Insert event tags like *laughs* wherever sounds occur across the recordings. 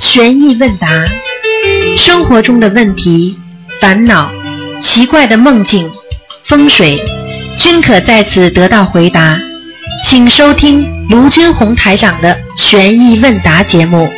悬疑问答，生活中的问题、烦恼、奇怪的梦境、风水，均可在此得到回答。请收听卢军红台长的悬疑问答节目。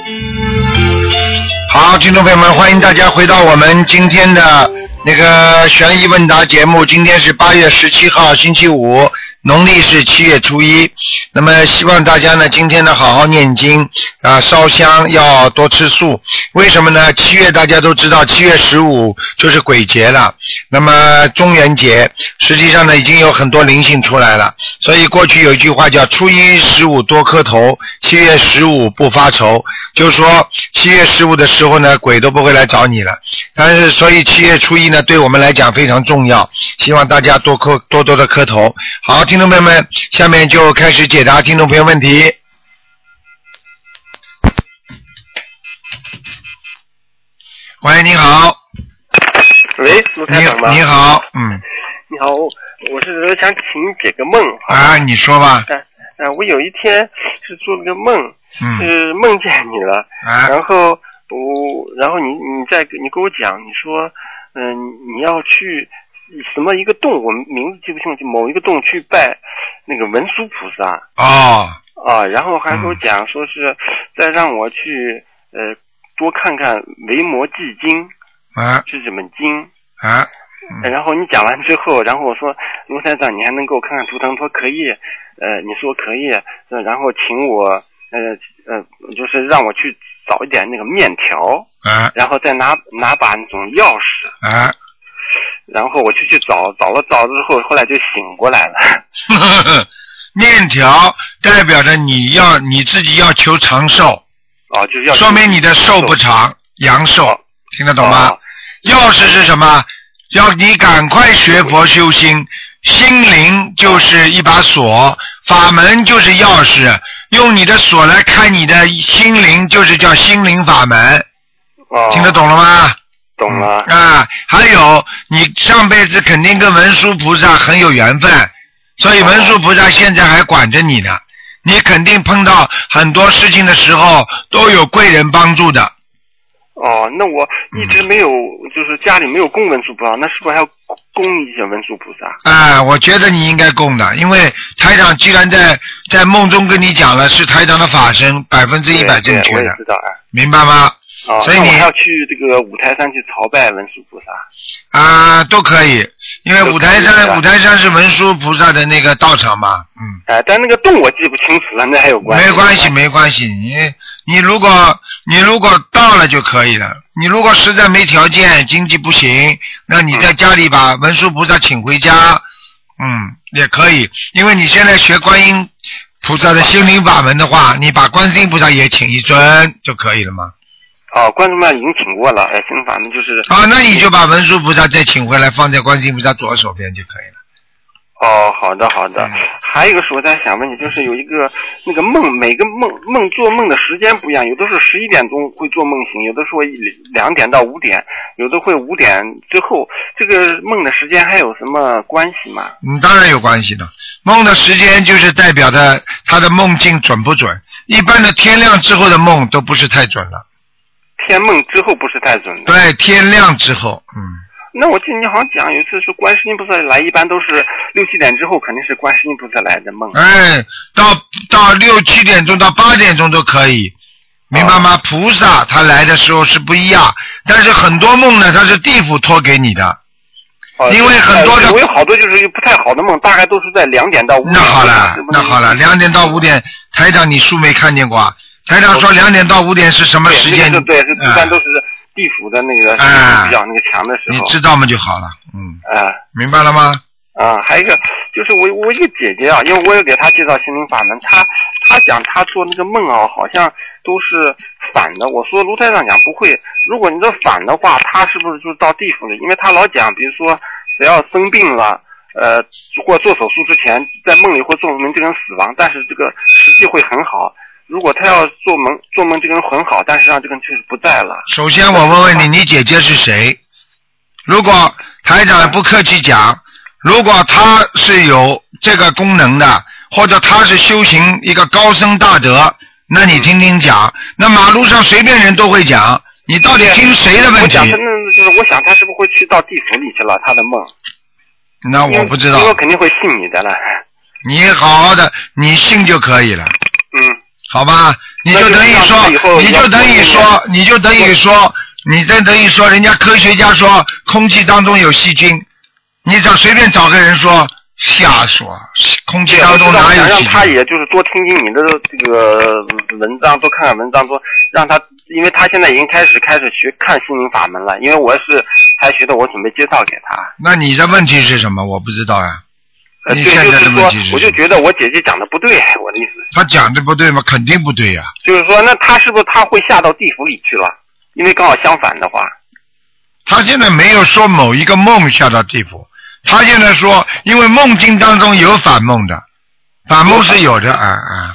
好，听众朋友们，欢迎大家回到我们今天的那个悬疑问答节目。今天是八月十七号，星期五，农历是七月初一。那么希望大家呢，今天呢好好念经啊，烧香要多吃素。为什么呢？七月大家都知道，七月十五就是鬼节了。那么中元节，实际上呢已经有很多灵性出来了。所以过去有一句话叫“初一十五多磕头，七月十五不发愁”，就是说七月十五的时候呢，鬼都不会来找你了。但是所以七月初一呢，对我们来讲非常重要，希望大家多磕多多的磕头。好，听众朋友们，下面就开始解答听众朋友问题。喂，你好，喂，卢台你长吗？你，好，嗯，你好，我是想请你解个梦。啊，你说吧，啊啊，我有一天是做了个梦，嗯，是梦见你了，啊，然后我，然后你你再你跟我讲，你说，嗯、你要去什么一个洞，我名字记不清，就某一个洞去拜那个文殊菩萨哦，啊，然后还给我嗯讲说是再让我去呃多看看《维摩诘经》啊是什么经。啊，嗯然后你讲完之后，然后我说卢台长，你还能给我看看图腾？他说可以，呃，你说可以，呃然后请我，呃呃，就是让我去找一点那个面条，啊然后再拿拿把那种钥匙，啊。 *laughs* 然后我就去找，找了找了之后，后来就醒过来了。呵呵呵，面条代表着你要你自己要求长寿，哦，就是要说明你的寿不长，阳寿哦，听得懂吗哦？钥匙是什么？要你赶快学佛修心，心灵就是一把锁，法门就是钥匙，用你的锁来开你的心灵，就是叫心灵法门，哦，听得懂了吗？懂了。嗯啊，还有你上辈子肯定跟文殊菩萨很有缘分，所以文殊菩萨现在还管着你呢。你肯定碰到很多事情的时候都有贵人帮助的，哦，那我一直没有，就是家里没有供文殊菩萨，那是不是还要供一些文殊菩萨？啊，我觉得你应该供的，因为台长既然在在梦中跟你讲了，是台长的法身，百分之一百对正对确我也的，知道啊。明白吗？哦，所以那我你还要去这个五台山去朝拜文殊菩萨。啊，都可以，因为都可以五台的山五台山是文殊菩萨的那个道场嘛，嗯。哎、但那个洞我记不清楚了，那还有关系？没关系，。没关系。你你如果你如果到了就可以了。你如果实在没条件，经济不行，那你在家里嗯把文殊菩萨请回家，嗯，也可以。因为你现在学观音菩萨的心灵法门的话，你把观世音菩萨也请一尊就可以了嘛。哦，观众们已经请过了，哎，心法那就是啊，那你就把文殊菩萨再请回来，放在观世音菩萨左手边就可以了。哦，好的好的嗯。还有一个是我在想问你，就是有一个那个梦，每个梦梦做梦的时间不一样，有的是十一点钟会做梦醒，有的时候一两点到五点，有的会五点之后，这个梦的时间还有什么关系吗？嗯，当然有关系的。梦的时间就是代表着他的梦境准不准。一般的天亮之后的梦都不是太准了。天梦之后不是太准的。对，天亮之后，嗯，那我记得你好像讲有一次说观世音菩萨来，一般都是六七点之后，肯定是观世音菩萨来的梦。哎，到到六七点钟到八点钟都可以，明白哦吗？菩萨他来的时候是不一样，但是很多梦呢，他是地府托给你的。哦因为很多的哎我有好多就是不太好的梦，大概都是在两点到五点。那好了是，不是那好了，两点到五点，台长你书没看见过啊？台长说两点到五点是什么对时间那？个对，是一般哎都是地府的那个哎比较那个强的时你候。知道吗？就好了，嗯，啊明白了吗？啊，还有一个就是我我一个姐姐啊，因为我也给她介绍心灵法门，她她讲她做那个梦啊，好像都是反的。我说卢台长讲不会，如果你这反的话，她是不是就到地府了？因为她老讲，比如说只要生病了。呃，或做手术之前，在梦里或做梦这个人死亡，但是这个实际会很好。如果他要做梦做梦这个人很好，但实际上这个人确实不在了。首先，我问问你，你姐姐是谁？如果台长不客气讲，如果她是有这个功能的，或者她是修行一个高僧大德，那你听听讲，那马路上随便人都会讲，你到底听谁的问我题？想他那就是我想他是不是会去到地府里去了？他的梦，那我不知道因为，我肯定会信你的了。你好好的，你信就可以了， *laughs* 嗯，好吧？你就等于那就这样子以后说，你就等于要说，你就等于说，你这等于说，人家科学家说空气当中有细菌，你找随便找个人说瞎说，空气当我中知道哪我想有让细他菌？也就是多听听你的这个文章，多看看文章，多让他，因为他现在已经开始开始学看心灵法门了。因为我是才学的，我准备介绍给他。那你的问题是什么？我不知道呀、呃，你对，现就在是的问题是说，我什就么觉得我姐姐讲的不对，我的意思他讲的不对吗？肯定不对呀、就是说，那他是不是他会下到地府里去了？因为刚好相反的话，他现在没有说某一个梦下到地府，他现在说，因为梦境当中有反梦的，反梦是有的，啊啊，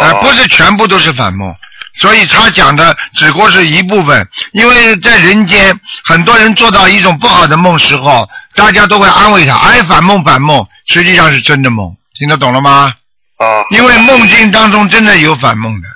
呃，哦不是全部都是反梦，所以他讲的只不过是一部分，因为在人间，很多人做到一种不好的梦时候，大家都会安慰他，哎，反梦反梦，实际上是真的梦，听得懂了吗？哦，因为梦境当中真的有反梦的。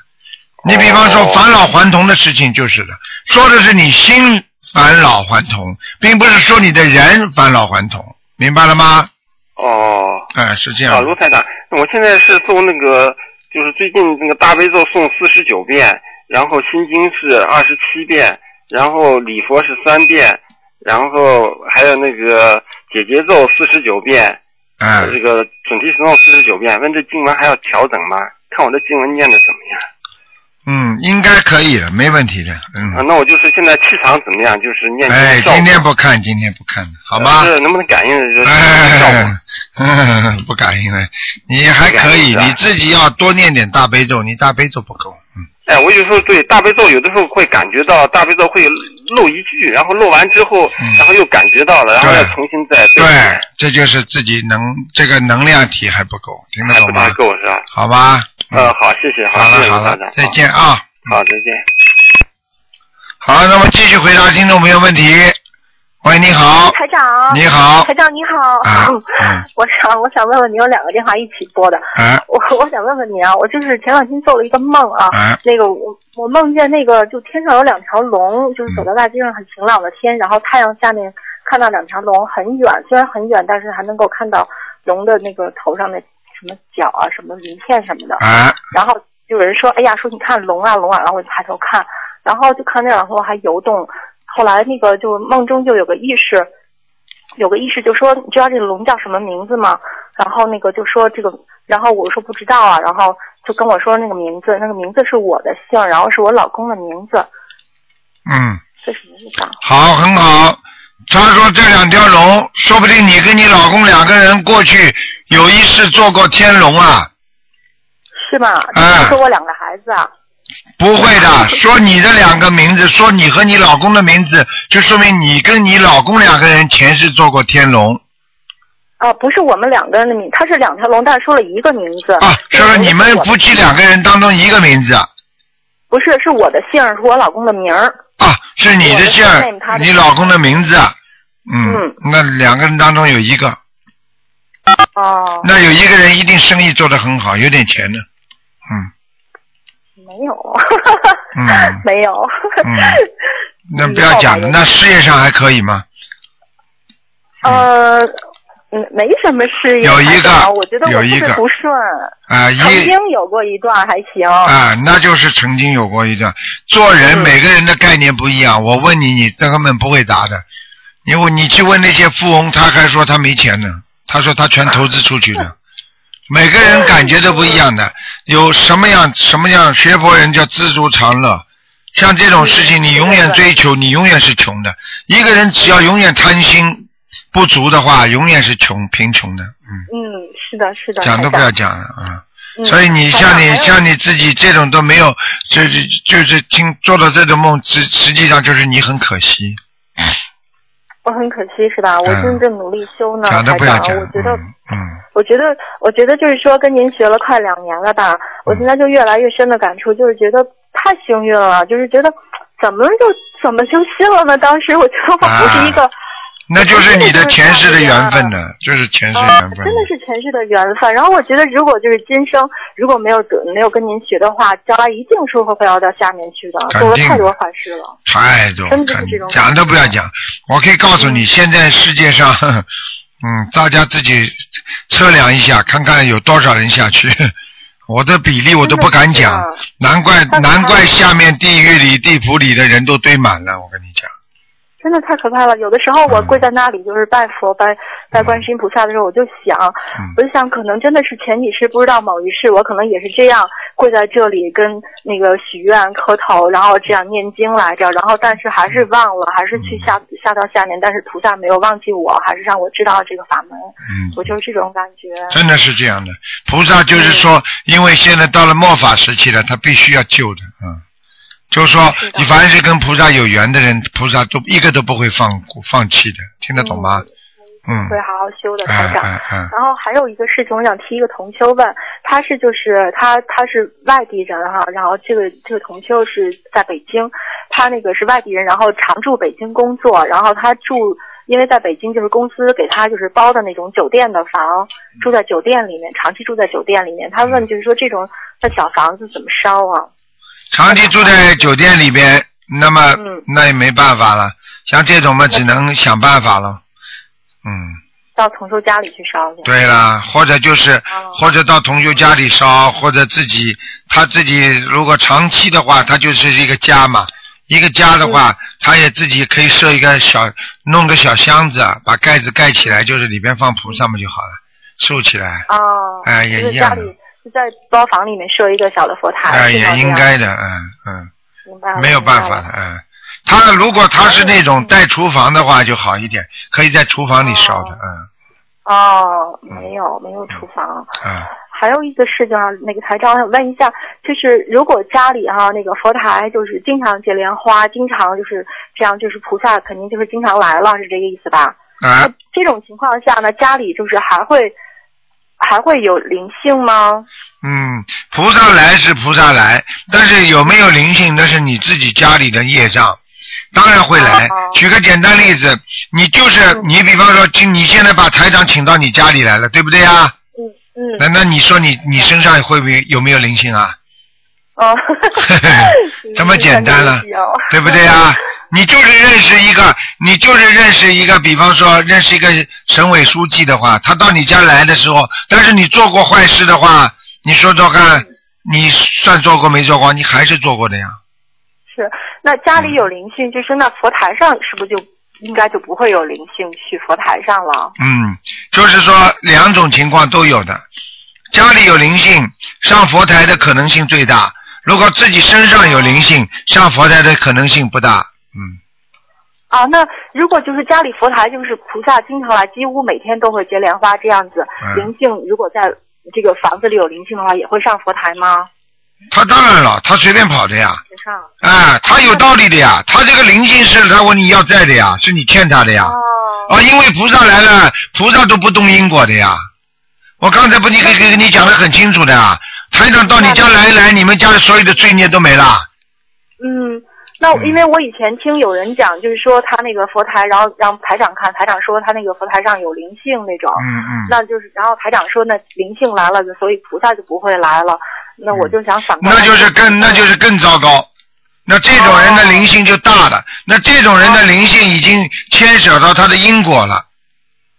你比方说哦返老还童的事情就是的，说的是你心返老还童，并不是说你的人返老还童，明白了吗？哦，哎，是这啊，样的卢。台长，我现在是诵那个，就是最近那个大悲咒诵四十九遍，然后心经是二十七遍，然后礼佛是三遍，然后还有那个解结咒四十九遍，哎，这个准提神咒四十九遍。问这经文还要调整吗？看我的经文念的怎么样？嗯，应该可以的，没问题的。啊，嗯，那我就是现在气场怎么样？就是念经哎，的效果今天不看，今天不看，好吗？是能不能感应呃就是效果？哎，嗯， *laughs* 不敢应了。你还可以，不敢应是吧你自己要多念点大悲咒，你大悲咒不够。嗯，哎，我有时候对大悲咒，有的时候会感觉到大悲咒会漏一句，然后漏完之后，嗯然后又感觉到了，然后对再重新再背对，这就是自己能这个能量体还不够，听得还懂不吗太？够是吧？好吧，嗯呃，好，谢谢，好谢了谢好卢了台长，再，见啊！好，好再见。好，那么继续回答听众朋友问题。喂，你好，哎台长，你好台，长你好。啊嗯 *laughs* 我想我想问问你，有两个电话一起拨的。哎 *laughs* 我我想问问你啊，我就是前两天做了一个梦啊，哎那个我我梦见那个就天上有两条龙，就是嗯走在大街上很晴朗的天，然后太阳下面看到两条龙很远，虽然很远，但是还能够看到龙的那个头上的什么角啊、什么鳞片什么的。哎，然后就有人说，哎呀，说你看龙啊龙啊，然后我就抬头看，然后就看那两头还游动。后来那个就梦中就有个意识，有个意识就说，你知道这个龙叫什么名字吗？然后那个就说这个，然后我说不知道啊，然后就跟我说那个名字，那个名字是我的姓，然后是我老公的名字，嗯，这什么意思啊？好，很好。他说这两条龙，说不定你跟你老公两个人过去有一世做过天龙啊。是吗？哎就是说我两个孩子啊，不会的，说你的两个名字，说你和你老公的名字，就说明你跟你老公两个人前世做过天龙啊，不是我们两个人的名，他是两条龙，但是说了一个名字啊。这个说名字你们是我的夫妻两个人当中一个名字不是是我的姓，是我老公的名儿。啊，是你的姓我的 surname，他，的你老公的名字。嗯嗯，那两个人当中有一个，哦，那有一个人一定生意做得很好，有点钱的。嗯，没有，嗯没有，嗯 *laughs* 那不要讲了，那事业上还可以吗？呃，嗯，没什么事业。有一个还好我觉得我有不一是个不顺，啊，曾一经有过一段还行。啊，那就是曾经有过一段。做人嗯每个人的概念不一样，我问你，你根本不会答的。你问你去问那些富翁，他还说他没钱呢，他说他全投资出去的。每个人感觉都不一样的，有什么样什么样学佛人叫知足常乐。像这种事情，你永远追求，你永远是穷的。一个人只要永远贪心不足的话，永远是穷贫穷的。嗯，嗯，是的，是的。讲都是的不要讲了啊。嗯所以你像你还有像你自己这种都没有，这这就是听做到这种梦，实实际上就是你很可惜，我很可惜是吧？我嗯正正努力修呢，讲都台不要长讲。我觉得嗯嗯我觉得，我觉得就是说，跟您学了快两年了吧，嗯我现在就越来越深的感触，就是觉得太幸啊运了，就是觉得怎么就怎么就信了呢？当时我觉得我不是一个，那就是你的前世的缘分呢，就是前世缘分。哦真的是前世的缘分。然后我觉得，如果就是今生如果没有得没有跟您学的话，将来一定是会到到下面去的，肯定做了太多坏事了。太多，真的看是这种嗯讲都不要讲。我可以告诉你，现在世界上， *laughs* 呵呵嗯，大家自己测量一下，看看有多少人下去。 *laughs* 我的比例我都不敢讲，真的是难怪但是他难怪下面地狱里、地府里的人都堆满了。我跟你讲，真的太可怕了。有的时候我嗯跪在那里，就是拜佛、拜拜观世音菩萨的时候，我就想，嗯我就想，可能真的是前几世不知道某一世，我可能也是这样跪在这里跟那个许愿、磕头，然后这样念经来着，然后但是还是忘了，还是去嗯下下到下面，但是菩萨没有忘记我，还是让我知道这个法门，嗯，我就是这种感觉。真的是这样的。菩萨就是说，因为现在到了末法时期了，他必须要救的，嗯。就是说是，的你凡是跟菩萨有缘的人，菩萨都一个都不会放过放弃的，听得懂吗？嗯，会好好修的，台哎长。哎哎，然后还有一个事情，我想提一个同修问，他是就是他他是外地人哈、然后这个这个同修是在北京，他那个是外地人，然后常驻北京工作，然后他住。因为在北京，就是公司给他就是包的那种酒店的房，住在酒店里面，长期住在酒店里面。他嗯问就是说这种那小房子怎么烧啊？长期住在酒店里边，那么、嗯那也没办法了。像这种嘛，只能想办法了。嗯，到同修家里去烧去？对啦，或者就是、哦嗯或者到同学家里烧，或者自己他自己如果长期的话，他就是一个家嘛。一个家的嗯话，他也自己可以设一个小，弄个小箱子，啊把盖子盖起来，就是里边放菩萨嘛就好了，竖起来，哦，哎也就是一样家的里就在包房里面设一个小的佛台，哎、是吗也这应样该的，嗯嗯。明白了嗯没有办法明的白了，嗯。他如果他是那种带厨房的话就好一点，可以在厨房里烧的，嗯哦，没有没有厨房。嗯。还有一个事情啊，那个台长，我想问一下，就是如果家里哈、那个佛台就是经常结莲花，经常就是这样，就是菩萨肯定就是经常来了，是这个意思吧？啊，这种情况下呢，家里就是还会还会有灵性吗？嗯，菩萨来是菩萨来，但是嗯有没有灵性，那是你自己家里的业障，当然会来哦哦。举个简单例子，你就是嗯你，比方说，今你现在把台长请到你家里来了，对不对啊？嗯嗯那那你说你你身上会不会有没有灵性啊？ *laughs* 哦， *laughs* 这么简单了对不对 *laughs* 啊？你就是认识一个，你就是认识一个，比方说认识一个省委书记的话，他到你家来的时候，但是你做过坏事的话，你说说看，你算做过没做过？你还是做过的呀。是，那家嗯里有灵性，就是那佛台上是不是就应该就不会有灵性去佛台上了？嗯，就是说两种情况都有的，家里有灵性上佛台的可能性最大，如果自己身上有灵性上佛台的可能性不大。嗯。啊，那如果就是家里佛台就是菩萨经常来，几乎每天都会结莲花这样子，嗯灵性如果在这个房子里有灵性的话，也会上佛台吗？他当然了，他随便跑的呀。也上。啊，他有道理的呀，他这个灵性是他问你要债的呀，是你欠他的呀。哦，啊，因为菩萨来了，菩萨都不动因果的呀。我刚才不你给给你讲的很清楚的啊，台长到你家来一来，你们家的所有的罪孽都没了。嗯。那嗯因为我以前听有人讲，就是说他那个佛台，然后让台长看，台长说他那个佛台上有灵性那种，嗯嗯。那就是，然后台长说那灵性来了，所以菩萨就不会来了。那我就想反过嗯来，那就是更那就是更糟糕。那这种人哦的灵性就大了，那这种人的灵性已经牵扯到他的因果了，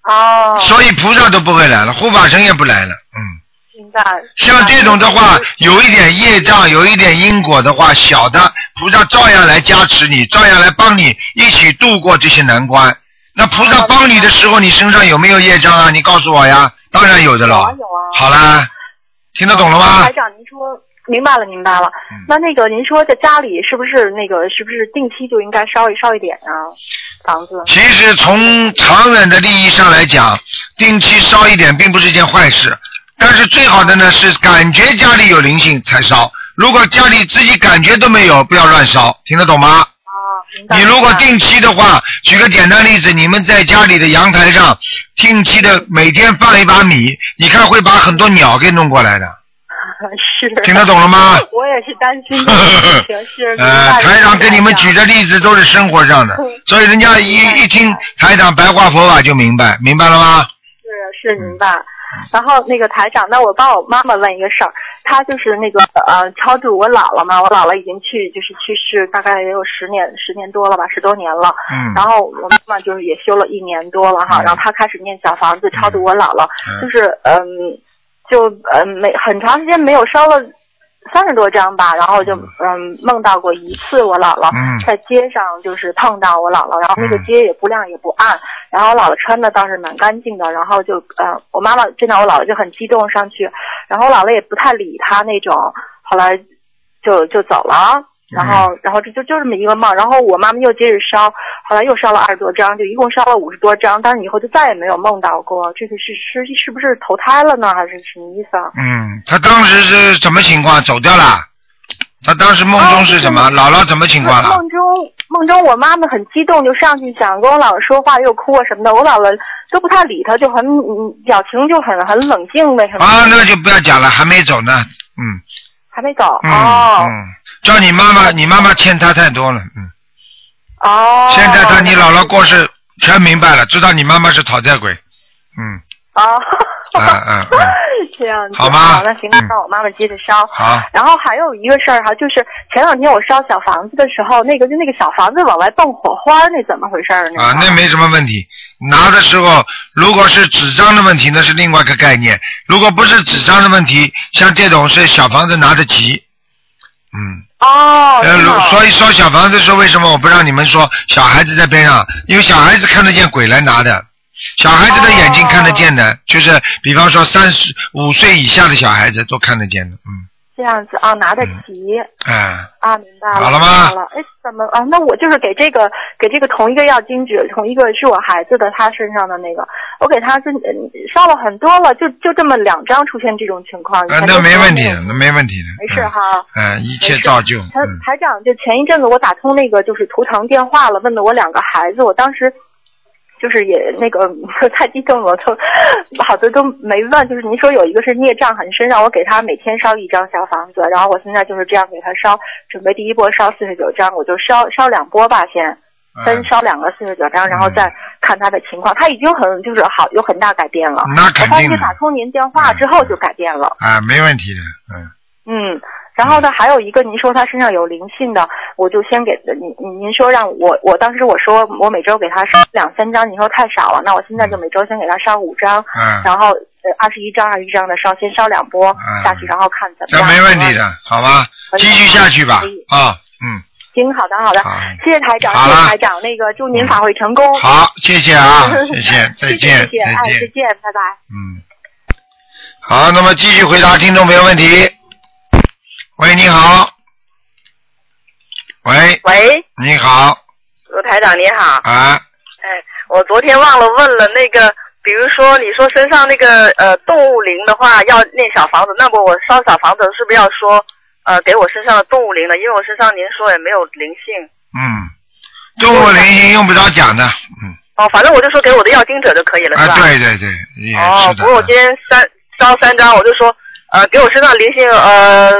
哦，所以菩萨都不会来了，护法神也不来了。嗯。明白。像这种的话，嗯有一点业障，有一点因果的话，小的菩萨照样来加持你，照样来帮你一起度过这些难关。那菩萨帮你的时候，你身上有没有业障啊？你告诉我呀。当然有的有了。啊有啊好啦，听得懂了吗台？长，您说明白了，明白了。嗯那那个您说在家里是不是那个是不是定期就应该烧一烧一点啊？房子其实从长远的利益上来讲，定期烧一点并不是一件坏事。但是最好的呢是感觉家里有灵性才烧，如果家里自己感觉都没有，不要乱烧，听得懂吗？啊，明白。你如果明白定期的话，举个简单例子，你们在家里的阳台上定期的每天放一把米，你看会把很多鸟给弄过来的。是。听得懂了吗？ *laughs* 我也是担心 *laughs* 这个事情，是。呃，台长给你们举的例子都是生活上的，所以人家一一听台长白话佛法就明白，明白了吗？是是嗯明白。然后那个台长，那我帮我妈妈问一个事儿，她就是那个呃超度我姥姥嘛，我姥姥已经去就是去世大概也有十年十年多了吧，十多年了。嗯然后我妈妈就是也修了一年多了哈，嗯然后她开始念小房子超度我姥姥，嗯就是嗯，就嗯没很长时间没有烧了三十多张吧，然后就嗯梦到过一次我姥姥、嗯在街上就是碰到我姥姥，然后那个嗯街也不亮也不暗，然后我姥姥穿的倒是蛮干净的，然后就呃我妈妈见到我姥姥就很激动上去，然后我姥姥也不太理她那种，后来就就走了。然后，然后这就就这么一个梦，然后我妈妈又接着烧，后来又烧了二十多张，就一共烧了五十多张，但是以后就再也没有梦到过，这个是是是不是投胎了呢，还是什么意思啊？嗯，他当时是什么情况？走掉了？他当时梦中是什么？哦姥姥怎么情况了？啊梦中梦中我妈妈很激动，就上去想跟我姥姥说话，又哭啊什么的，我姥姥都不太理她，就很嗯表情就很很冷静呗什么的，啊，那就不要讲了，还没走呢。嗯还没走、嗯哦、嗯，叫你妈妈，你妈妈欠他太多了。嗯，哦，现在他你姥姥过世，全明白了，知道你妈妈是讨债鬼。嗯，哦， *laughs* 啊啊啊，这样子好吗那行嗯，那我妈妈接着烧。好，然后还有一个事儿哈，就是前两天我烧小房子的时候，那个就那个小房子往外蹦火花，那怎么回事儿呢？啊，那没什么问题。拿的时候，如果是纸张的问题，那是另外一个概念；如果不是纸张的问题，像这种是小房子拿得急。嗯，哦，呃，是如吗所以说小房子说为什么我不让你们说小孩子在边上，因为小孩子看得见鬼来拿的，小孩子的眼睛看得见哦的，就是比方说三十五岁以下的小孩子都看得见的，嗯，这样子啊，拿得齐、哎，啊，明白了，好了吗明白了，哎，怎么啊？那我就是给这个给这个同一个药精子，同一个是我孩子的，他身上的那个，我给他是嗯烧了很多了，就就这么两张出现这种情况，呃，以前那都没有问题那的，种那没问题的，没事嗯，哈。嗯，一切没事照旧，台嗯，台长，就前一阵子我打通那个就是图腾电话了，问的我两个孩子，我当时就是也那个 *laughs* 太激动了，都好多都没问。就是您说有一个是孽障很深，让我给他每天烧一张小房子，然后我现在就是这样给他烧，准备第一波烧四十九张，我就烧烧两波吧先。分嗯烧两个四十九张，然后再看他的情况。他已经很就是好有很大改变了。那肯我发定现的嗯打通您电话之后就改变了。啊，没问题的，嗯。嗯，然后呢，还有一个您说他身上有灵性的，我就先给您您您说让我我当时我说我每周给他烧两三张，您说太少了，那我现在就每周先给他烧五张，嗯，然后呃二十一张二十一张的烧，先烧两波嗯下去，然后看怎么这样。没问题。的，好吧？可以继续下去吧可以，啊，嗯，行，好的好的好，谢谢台长，好谢了嗯谢台长，那个祝您法会成功。好，谢谢啊，谢谢，再 *laughs* 谢谢见，谢谢，再哎，再见，见，拜拜。嗯，好，那么继续回答听众朋友问题。喂，你好，喂，喂，你好，卢台长你好，啊，哎，我昨天忘了问了那个，比如说你说身上那个呃动物灵的话要念小房子，那么我烧小房子是不是要说呃给我身上的动物灵呢？因为我身上您说也没有灵性嗯，动物灵性用不着讲的，嗯，哦，反正我就说给我的要经者就可以了，是吧？啊，对对对，也是，哦的不过我，今天三烧三张，我就说呃给我身上灵性呃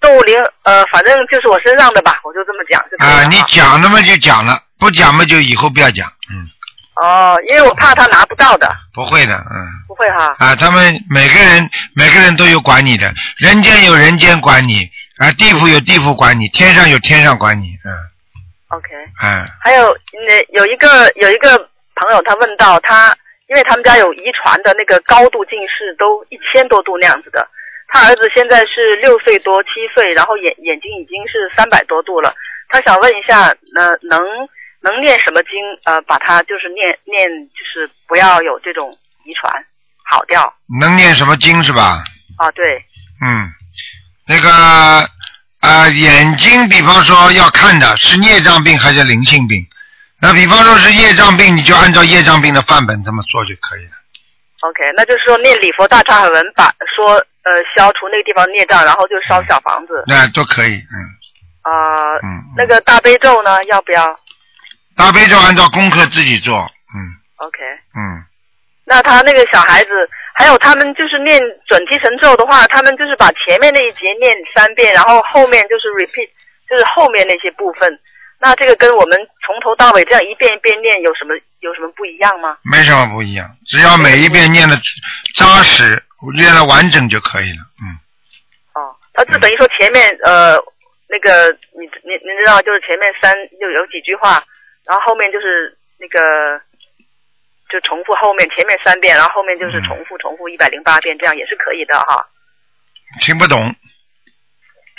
动物灵呃反正就是我身上的吧，我就这么讲就可以了啊，哈你讲了嘛就讲了，不讲嘛就以后不要讲，嗯，哦，因为我怕他拿不到的，不会的，嗯。不会哈。啊，他们每个人每个人都有管你的，人间有人间管你，啊，地府有地府管你，天上有天上管你，嗯 OK。嗯还有那有一个有一个朋友，他问到他，因为他们家有遗传的那个高度近视，都一千多度那样子的。他儿子现在是六岁多七岁，然后眼眼睛已经是三百多度了。他想问一下，呃，能能念什么经？呃，把它就是念念，就是不要有这种遗传，好掉能念什么经是吧？啊。对，嗯，那个啊、眼睛，比方说要看的是孽障病还是灵性病，那比方说是业障病，你就按照业障病的范本这么做就可以了。 OK，那就是说念礼佛大忏悔文，把说呃消除那个地方孽障，然后就烧小房子那都可以，嗯啊。呃嗯。那嗯个大悲咒呢，要不要大悲咒按照功课自己做，嗯？OK，嗯，那他那个小孩子，还有他们就是念准提神咒的话，他们就是把前面那一节念三遍，然后后面就是 repeat，就是后面那些部分。那这个跟我们从头到尾这样一遍一遍念有什么有什么不一样吗？没什么不一样，只要每一遍念的扎实，念的完整就可以了。嗯，哦，他就等于说前面呃那个你你你知道就是前面三就有几句话，然后后面就是那个就重复后面前面三遍，然后后面嗯就是重复重复一百零八遍，这样也是可以的哈。听不懂，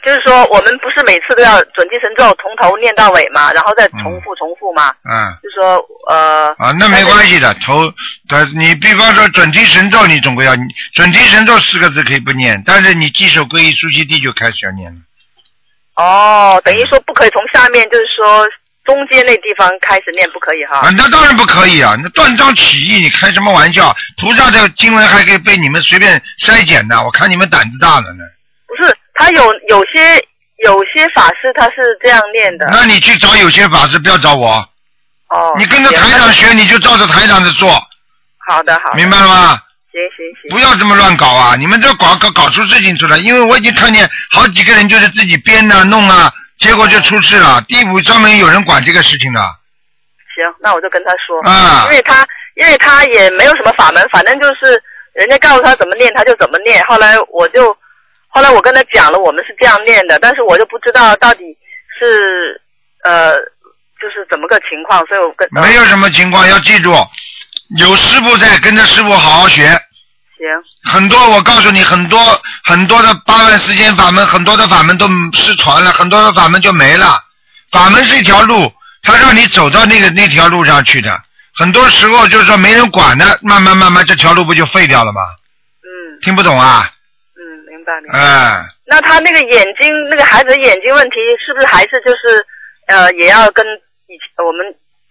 就是说我们不是每次都要准提神咒从头念到尾嘛，然后再重复重复嘛，嗯，就说呃啊，那没关系的。头，他你比方说准提神咒，你总归要准提神咒四个字可以不念，但是你记首皈依苏悉地就开始要念了。哦，等于说不可以从下面就是说中间那地方开始念不可以哈。啊，那当然不可以啊！那断章取义，你开什么玩笑？菩萨的经文还可以被你们随便筛减的，我看你们胆子大了呢。不是，他有有些有些法师他是这样念的。那你去找有些法师，不要找我。哦，你跟着台行长学，你就照着台长的做，好的好的，明白了吗？行行行，不要这么乱搞啊！你们这搞搞搞出事情出来，因为我已经看见好几个人就是自己编呐、弄啊，结果就出事了。地府专门有人管这个事情的行，那我就跟他说，啊因。为他因为他也没有什么法门，反正就是人家告诉他怎么念他就怎么念。后来我就后来我跟他讲了，我们是这样念的，但是我就不知道到底是呃就是怎么个情况，所以我跟呃没有什么情况，要记住，有师傅在，跟着师傅好好学。行很多，我告诉你，很多很多的八万四千法门，很多的法门都失传了，很多的法门就没了。法门是一条路，它让你走到那个那条路上去的。很多时候就是说没人管的，慢慢慢慢这条路不就废掉了吗？嗯听不懂啊？嗯，明白明白。哎，那他那个眼睛，那个孩子的眼睛问题，是不是还是就是呃，也要跟以前我们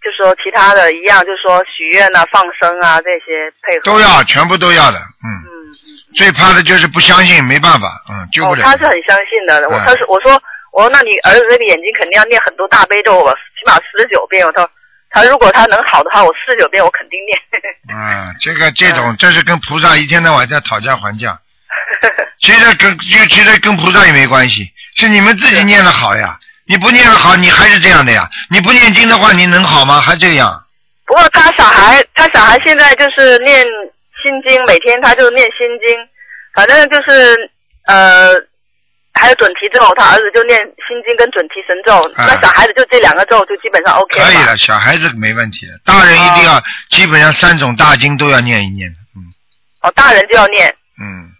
就说其他的一样，就说许愿啊、放生啊这些配合。都要，全部都要的，嗯。嗯，最怕的就是不相信，没办法，嗯，救不哦，了。嗯他是很相信的。我他是我说我说那你儿子那个眼睛肯定要念很多大悲咒吧，起码十九遍。我他他如果他能好的话，我四十九遍我肯定念。 *laughs* 嗯，这个这种，这是跟菩萨一天到晚在讨价还价。其实跟就其实跟菩萨也没关系，是你们自己念的好呀。你不念的好，你还是这样的呀。你不念经的话，你能好吗？还这样。不过他小孩，他小孩现在就是念心经，每天他就念心经，反正就是呃，还有准提咒，他儿子就念心经跟准提神咒，啊那小孩子就这两个咒就基本上 OK 可以哦了。了，小孩子没问题了，大人一定要、基本上三种大经都要念一念的，嗯哦，大人就要念，嗯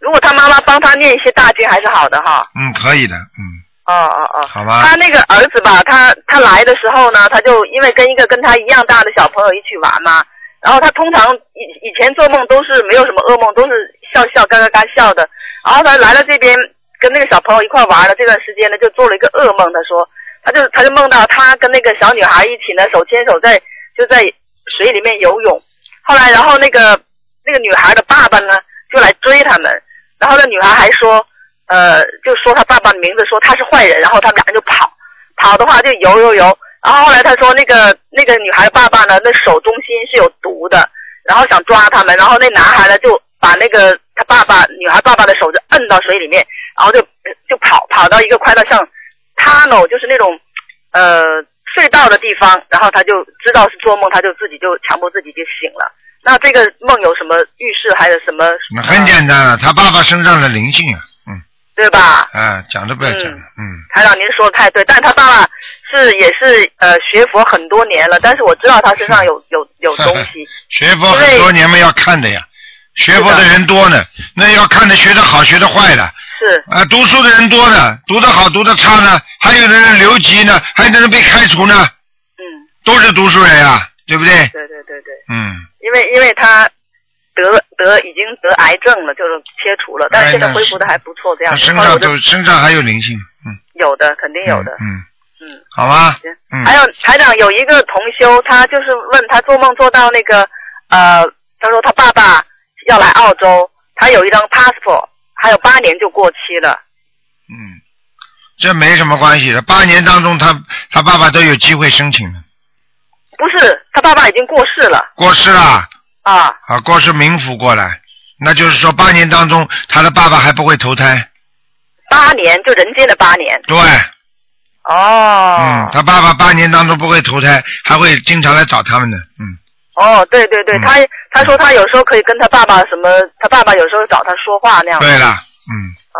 如果他妈妈帮他念一些大经还是好的哈。嗯，可以的，嗯，哦哦哦。好吧他。那个儿子吧，他他来的时候呢，他就因为跟一个跟他一样大的小朋友一起玩嘛，然后他通常以以前做梦都是没有什么噩梦，都是笑笑嘎嘎嘎笑的，然后他来了这边跟那个小朋友一块玩了这段时间呢，就做了一个噩梦，他说他就他就梦到他跟那个小女孩一起呢手牵手在就在水里面游泳，后来然后那个那个女孩的爸爸呢就来追他们，然后那女孩还说。呃，就说他爸爸的名字，说他是坏人，然后他们俩就跑，跑的话就游游游，然后后来他说那个那个女孩爸爸呢，那手中心是有毒的，然后想抓他们，然后那男孩呢就把那个他爸爸女孩爸爸的手就摁到水里面，然后就就跑跑到一个快到像 tunnel 就是那种呃隧道的地方，然后他就知道是做梦，他就自己就强迫自己就醒了。那这个梦有什么预示，还有什么？那很简单了，他爸爸身上的灵性啊，嗯对吧？啊，讲都不要讲了，嗯台长，您说的太对，但他爸爸是也是呃学佛很多年了，但是我知道他身上嗯有有有东西， *laughs* 学佛很多年嘛要看的呀，学佛的是的人多呢，那要看的学的好学的坏的，是啊，读书的人多呢，读的好读的差呢，还有的人留级呢，还有的人被开除呢，嗯，都是读书人呀，对不对？对对对对，嗯，因为因为他得得已经得癌症了，就是切除哎了，但是现在恢复的还不错，这样他子身，后来上我就都身上还有灵性，嗯，有的肯定有的，嗯，嗯。好吗行？嗯，还有台长有一个同修，他就是问他做梦做到那个呃，他说他爸爸要来澳洲，他有一张 passport，还有八年就过期了。嗯，这没什么关系的，八年当中他他爸爸都有机会申请的，不是，他爸爸已经过世了过世了啊。啊，过世冥府过来，那就是说八年当中，他的爸爸还不会投胎。八年就人间的八年。对，哦。嗯，他爸爸八年当中不会投胎，还会经常来找他们的，嗯，哦，对对对，嗯他他说他有时候可以跟他爸爸什么，他爸爸有时候找他说话那样。对了，嗯，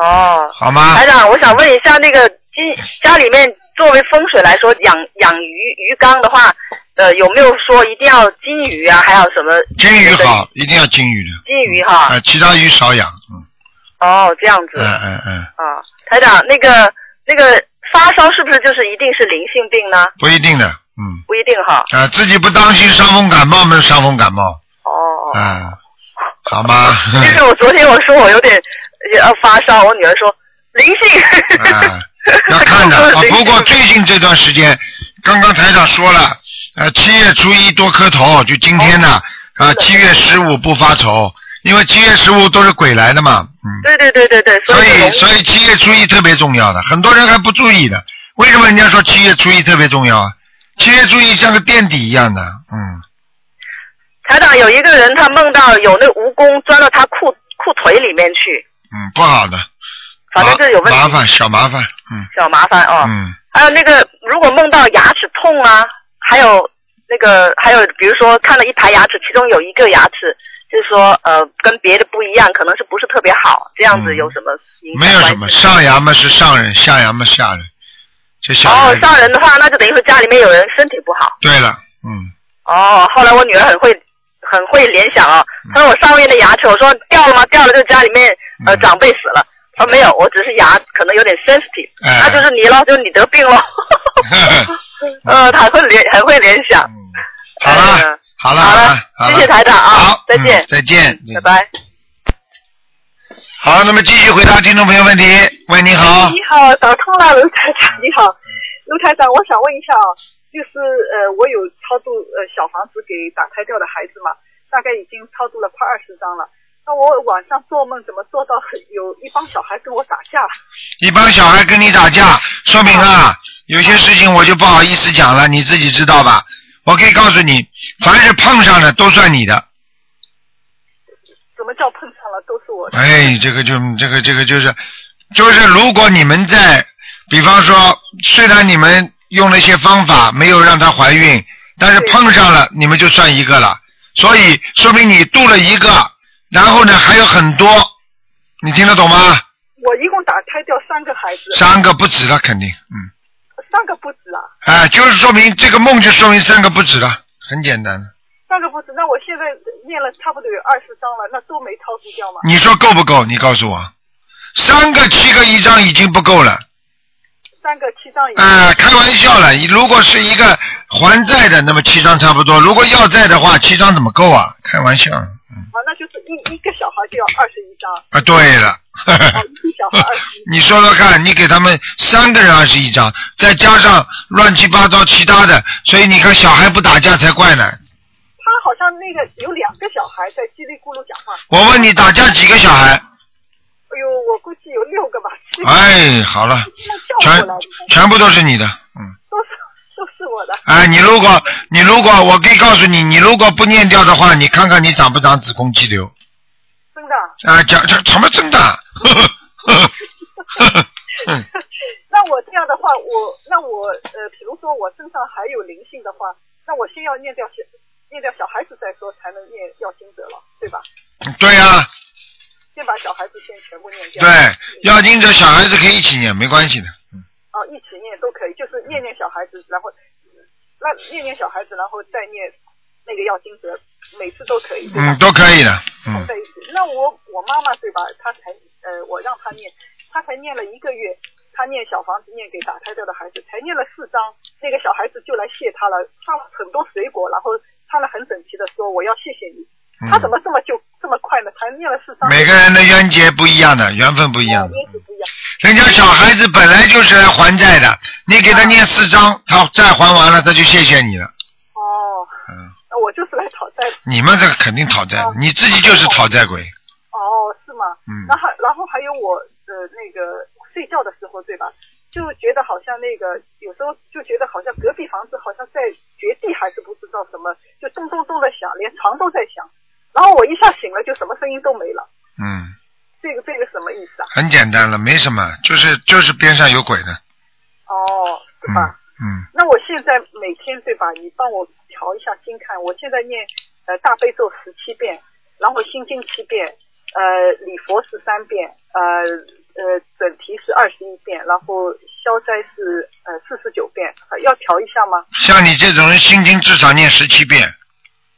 哦，好吗台？长，我想问一下，那个今家里面作为风水来说，养养鱼鱼缸的话，呃，有没有说一定要金鱼啊？还有什么金鱼好，一定要金鱼的，金鱼哈？呃，其他鱼少养，嗯，哦，这样子嗯嗯嗯，啊，台长，那个那个发烧是不是就是一定是灵性病呢？不一定的，嗯，不一定哈。啊、自己不当心伤风感冒嘛，伤风感冒，哦哦。哦嗯，好吗？就 *laughs* 是我昨天我说我有点要发烧，我女儿说灵性。啊，要看的啊。不过最近这段时间，刚刚台长说了，呃，七月初一多磕头，就今天呢，哦啊，七月十五不发愁，因为七月十五都是鬼来的嘛，嗯， *laughs* 对对对对对，所以容以易所以七月初一特别重要的，很多人还不注意的。为什么人家说七月初一特别重要啊？七月初一像个垫底一样的，嗯，台长有一个人，他梦到有那蜈蚣钻到他裤裤腿里面去，嗯，不好的，反正就是有问麻麻题，烦，小麻烦，嗯小麻烦哦。嗯，还有那个，如果梦到牙齿痛啊，还有那个，还有比如说看了一排牙齿，其中有一个牙齿就是说呃跟别的不一样，可能是不是特别好，这样子嗯有什么影响没有关什系么，上牙嘛是上人，下牙嘛下人，这下哦，人上人的话，那就等于说家里面有人身体不好。对了， *laughs* 嗯，哦，后来我女儿很会很会联想啊，嗯她说我上面的牙齿，我说掉了吗？掉了，就家里面呃嗯长辈死了。她说没有，我只是牙可能有点 sensitive，哎那就是你咯，就是你得病咯。呃，她会联很会联想。嗯好了，好了，好了了，好了，谢谢台长啊好，再见嗯再见，拜。拜。好，那么继续回答听众朋友问题。喂，你好哎你，好，打通了，卢台长，你好，卢台长，我想问一下啊，就是呃，我有超度呃小房子给打胎掉的孩子嘛，大概已经超度了快二十张了。那我晚上做梦怎么做到有一帮小孩跟我打架？一帮小孩跟你打嗯架，说明啊，有些事情我就不好意思讲了，你自己知道吧？我可以告诉你，凡是碰上的都算你的。怎么叫碰上了都是我的？哎，这个就这个这个就是，就是如果你们在，比方说，虽然你们用了一些方法没有让她怀孕，但是对碰上了你们就算一个了，所以说明你度了一个，然后呢还有很多，你听得懂吗？我一共打胎掉三个孩子，三个不止了，肯定，嗯，三个不止啊，哎，就是说明这个梦就说明三个不止了，很简单的，三个不止。那我现在念了差不多有二十张了，那都没超度掉吗？你说够不够？你告诉我，三个七个一张已经不够了。三个七张已经。呃，开玩笑了，如果是一个还债的，那么七张差不多；如果要债的话，七张怎么够啊？开玩笑啊，那就是一一个小孩就要二十一张，啊！对了，呵呵啊，一个小孩二十一，你说说看，你给他们三个人二十一张，再加上乱七八糟其他的，所以你看小孩不打架才怪呢。他好像那个有两个小孩在叽里咕噜讲话。我问你，打架几个小孩？哎呦，我估计有六个吧， *laughs* 七个哎，好了，叫全过来，全 *laughs* 部都是你的，嗯。都是都是我的。哎，你如果你如果我可以告诉你，你如果不念掉的话，你看看你长不长子宫肌瘤。真的啊，啊，讲讲什么真的？ *laughs* 呵呵呵呵呵嗯， *laughs* 那我这样的话，我那我呃，比如说我身上还有灵性的话，那我先要念掉小念掉小孩子再说，才能念要经者了，对吧？对呀、啊，先把小孩子先全部念掉，对，要盯着小孩子可以一起念，没关系的。哦，一起念都可以，就是念念小孩子，然后那念念小孩子，然后再念那个要经者，每次都可以，对吧？嗯，都可以的。嗯，在一起。那我我妈妈对吧？她才呃，我让她念，她才念了一个月，她念小房子念给打胎掉的孩子，才念了四张，那个小孩子就来谢她了，放了很多水果，然后穿了很整齐的说我要谢谢你。她嗯，怎么这么就这么快呢？才念了四张，每个人的冤结不一样的，缘分不一样的。念是不一样。人家小孩子本来就是来还债的，你给他念四张，他债还完了，他就谢谢你了。哦，嗯，我就是来讨债的。你们这个肯定讨债，嗯你自己就是讨债鬼。哦，是吗？嗯然后然后还有我呃那个睡觉的时候，对吧？就觉得好像那个有时候就觉得好像隔壁房子好像在掘地，还是不知道什么，就咚咚咚的响，连床都在响。然后我一下醒了，就什么声音都没了。嗯，这个这个什么意思啊？很简单了，没什么，就是就是边上有鬼的。哦，是嗯吧？嗯，那我现在每天对吧？你帮我调一下心看，我现在念呃大悲咒十七遍，然后心经七遍，呃礼佛十三遍，呃呃准提是二十一遍，然后消灾是呃四十九遍、呃要调一下吗？像你这种人，心经至少念十七遍，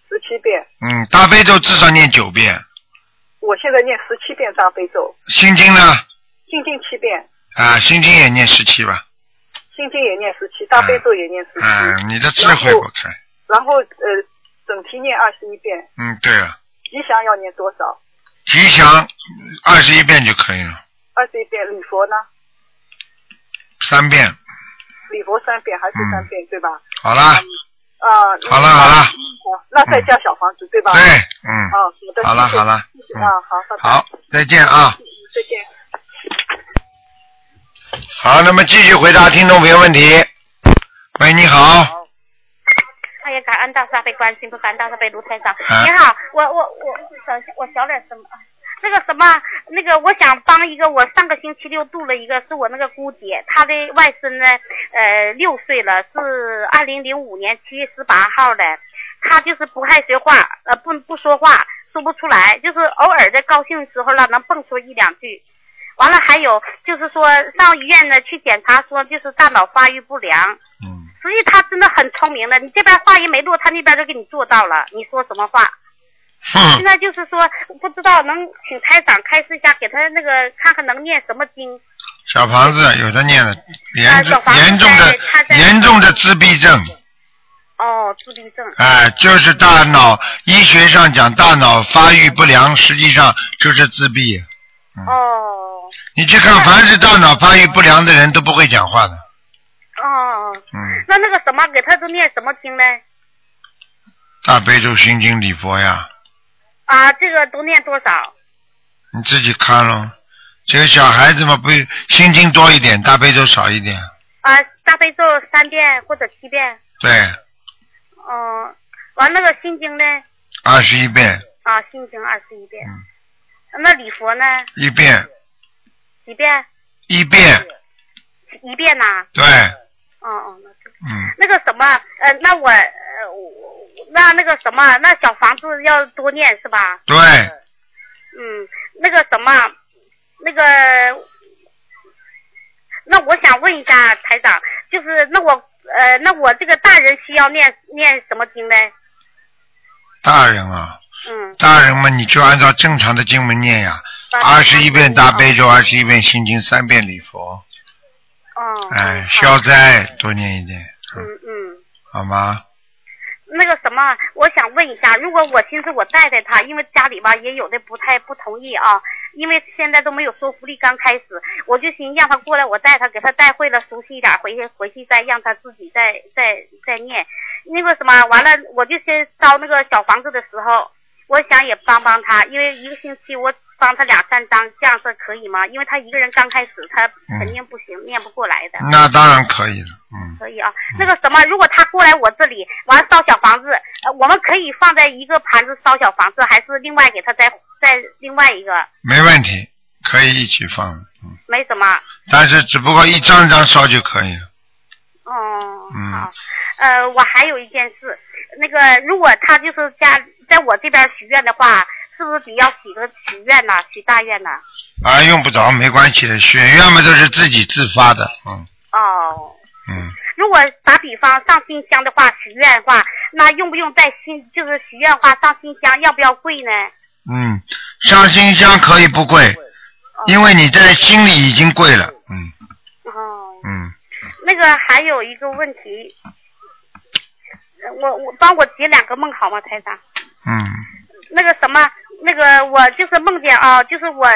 十七遍，嗯，大悲咒至少念九遍，我现在念十七遍大悲咒，心经呢，心经七遍，啊，心经也念十七吧，心经也念十七，大悲咒也念十七，啊，你的智慧不开，然后呃准提念二十一遍，嗯，对了，吉祥要念多少？吉祥二十一遍就可以了，二十一遍，礼佛呢？三遍，礼佛三遍还是三遍、对吧？嗯好啦，啊，好了好了，好，那再加小房子、对吧？对，啊，嗯，好的，好了谢谢好了谢谢嗯啊，好，拜拜，嗯好，再见啊，再见。好，那么继续回答听众朋友问题。喂，你好，哎呀，感恩大慈大悲观世音菩萨，感恩大慈大悲卢台长。啊您好，我我我，等一下，我小点声啊。那个什么，那个我想帮一个，我上个星期六度了一个，是我那个姑姐，她的外孙呢，呃，六岁了，是二零零五年七月十八号的，她就是不爱学话，呃，不不说话，说不出来，就是偶尔在高兴的时候了，能蹦出一两句。完了，还有就是说上医院呢去检查，说就是大脑发育不良，嗯，实际他真的很聪明的，你这边话音没落，他那边就给你做到了。你说什么话？现哼，在就是说，不知道能请台长开示一下，给他那个看看能念什么经。小房子有的念了，严啊小重房子严重的在他在严重的自闭症，哦，自闭症。哎、就是大脑医学上讲大脑发育不良，实际上就是自闭。嗯哦你去看，凡是大脑发育不良的人都不会讲话的，哦，嗯，那那个什么，给他都念什么经呢？大悲咒、心经、礼佛呀，啊，这个都念多少？你自己看咯。这个小孩子嘛，不心经多一点，大悲咒少一点，啊，大悲咒三遍或者七遍。对，嗯、完那个心经呢？二十一遍，啊，心经二十一遍。嗯那礼佛呢？一遍，几遍？一遍，一遍呐、对，哦哦，那就。嗯。那个什么，呃，那我，呃，我那那个什么，那小房子要多念是吧？对，嗯，那个什么，那个，那我想问一下台长，就是那我，呃，那我这个大人需要念念什么经呢？大人啊，嗯，大人嘛，你就按照正常的经文念呀，二十一遍大悲咒，二十一遍心经，三遍礼佛，嗯哦，哎，好消灾多念一点，嗯嗯，嗯。好吗？那个什么，我想问一下，如果我寻思我带带他，因为家里吧也有的不太不同意啊，因为现在都没有说服力，刚开始，我就寻思让他过来，我带他，给他带会了，熟悉一点，回去回去再让他自己再再再念。那个什么，完了我就先烧那个小房子的时候，我想也帮帮他，因为一个星期我帮他两三张，这样是可以吗？因为他一个人刚开始，他肯定不行，念不过来的。嗯那当然可以了，嗯，可以啊，那个什么，如果他过来我这里完了烧小房子，呃，我们可以放在一个盘子烧小房子，还是另外给他再再另外一个？没问题，可以一起放，嗯，没什么，但是只不过一张一张烧就可以了，哦，嗯好，呃，我还有一件事，那个如果他就是家在我这边许愿的话，是不是得要许个许愿呐、许大愿呐、啊，用不着，没关系的，许愿嘛都是自己自发的，嗯哦，嗯，如果打比方上新香的话，许愿的话，那用不用在新就是许愿的话上新香要不要跪呢？嗯，上新香可以不跪，因为你在心里已经跪了，嗯哦。嗯。那个还有一个问题，呃我我帮我解两个梦好吗，台长？嗯，那个什么，那个我就是梦见啊，就是我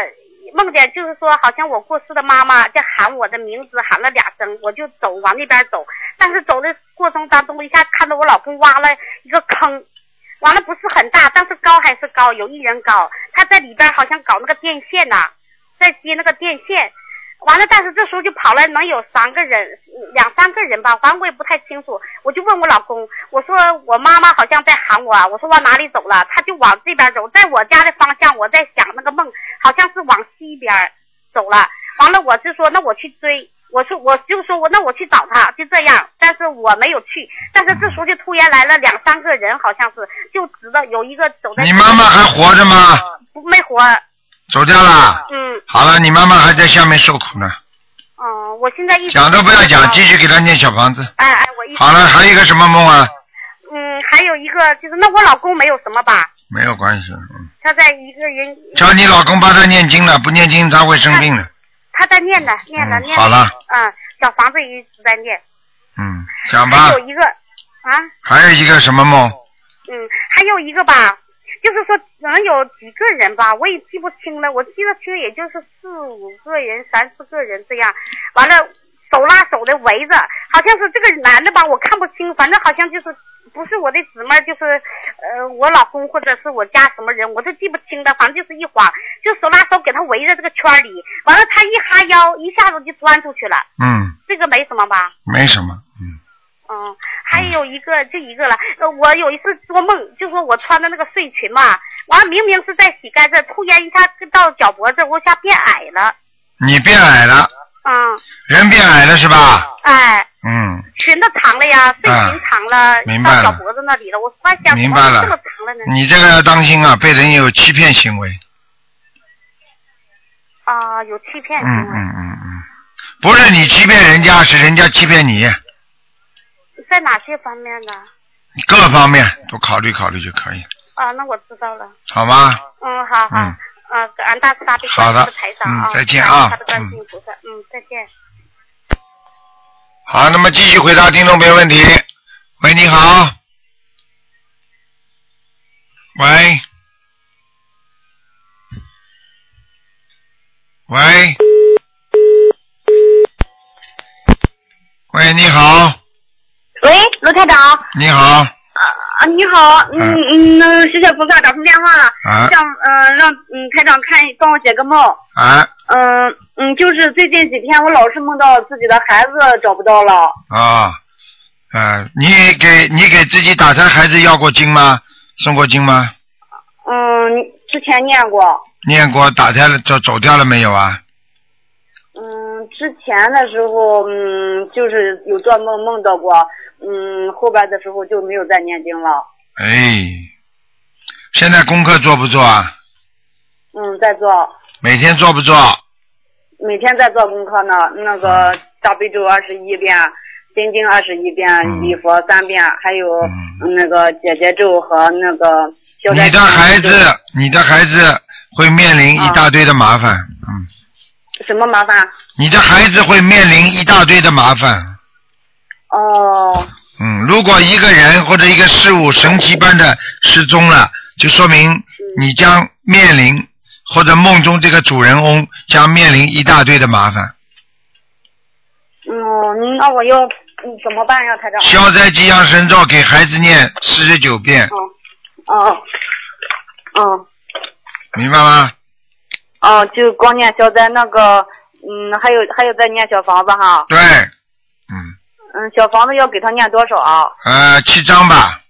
梦见就是说，好像我过世的妈妈在喊我的名字，喊了俩声，我就走往那边走，但是走的过程当中，一下看到我老公挖了一个坑。完了不是很大，但是高还是高，有一人高。他在里边好像搞那个电线呐、在接那个电线。完了，但是这时候就跑来能有三个人，嗯两三个人吧，反正我也不太清楚。我就问我老公，我说我妈妈好像在喊我，啊我说往哪里走了？他就往这边走，在我家的方向，我在想那个梦好像是往西边走了。完了，我就说那我去追，我说我就说我那我去找他，就这样。但是我没有去，但是这时候就突然来了两三个人，好像是就知道有一个走在你妈妈还活着吗？不没活，走掉了。嗯好了，你妈妈还在下面受苦呢，嗯，我现在一直讲都不要嗯讲，继续给她念小房子。哎哎，我一直好了，还有一个什么梦啊？嗯，还有一个就是，那我老公没有什么吧？没有关系，嗯，他在一个人，叫你老公帮他念经了，不念经他会生病的。他在念呢，念呢，嗯念好了，嗯，小房子一直在念，嗯，讲吧还。有一个啊，还有一个什么梦？嗯，还有一个吧，就是说能有几个人吧，我也记不清了，我记得清也就是四五个人、三四个人这样，完了手拉手的围着，好像是这个男的吧，我看不清，反正好像就是。不是我的姊妹儿，就是呃我老公或者是我家什么人，我都记不清了，反正就是一晃，就手拉手给他围着这个圈儿里，完了他一哈腰，一下子就钻出去了，嗯，这个没什么吧？没什么，嗯，嗯，还有一个就一个了。呃我有一次做梦，就说我穿的那个睡裙嘛，完了明明是在膝盖这儿，突然一下到脚脖子，我一下变矮了。你变矮了，嗯，人变矮了是吧？哎，嗯，裙子长了呀，睡裙长了，明白到了脚脖子那里了。我突然想，明白了怎么这么长了呢？你这个要当心啊，被人有欺骗行为。啊、有欺骗嗯行为，嗯嗯嗯，不是你欺骗人家，是人家欺骗你，在哪些方面呢？各方面都考虑考虑就可以，啊，那我知道了。好吗？嗯，好好。嗯嗯感恩大慈大悲好的观世音菩萨台长啊！嗯再见啊大慈大悲嗯观世音菩萨，嗯，再见。好，那么继续回答听众朋友问题。喂，你好。喂。喂。喂，你好，喂，罗台长，啊你好，啊，你好，嗯嗯嗯，那谢谢菩萨打通电话了，啊想呃让嗯台长看帮我解个梦，啊嗯嗯，就是最近几天我老是梦到自己的孩子找不到了，啊，啊，你给你给自己打胎孩子要过经吗？送过经吗？嗯，之前念过，念过，打胎了走走掉了没有啊？嗯，之前的时候嗯就是有做梦梦到过，嗯后边的时候就没有再念经了，哎，现在功课做不做啊？嗯在做，每天做不做？每天在做功课呢，那啊个大悲咒二十一遍，啊心经二十一遍，啊嗯礼佛三遍，啊还有嗯那个姐姐咒和那个消灾你的吉祥孩子咒，啊你的孩子会面临一大堆的麻烦，嗯，什么麻烦？啊你的孩子会面临一大堆的麻烦，哦，嗯，如果一个人或者一个事物神奇般的失踪了，就说明你将面临或者梦中这个主人翁将面临一大堆的麻烦，嗯，那我要嗯怎么办呀，台长？消灾吉祥神咒给孩子念四十九遍，哦，哦，明白吗？哦，就光念消灾那个，嗯，还有还有再念小房子哈，对，嗯，嗯，小房子要给他念多少啊？呃，七张吧，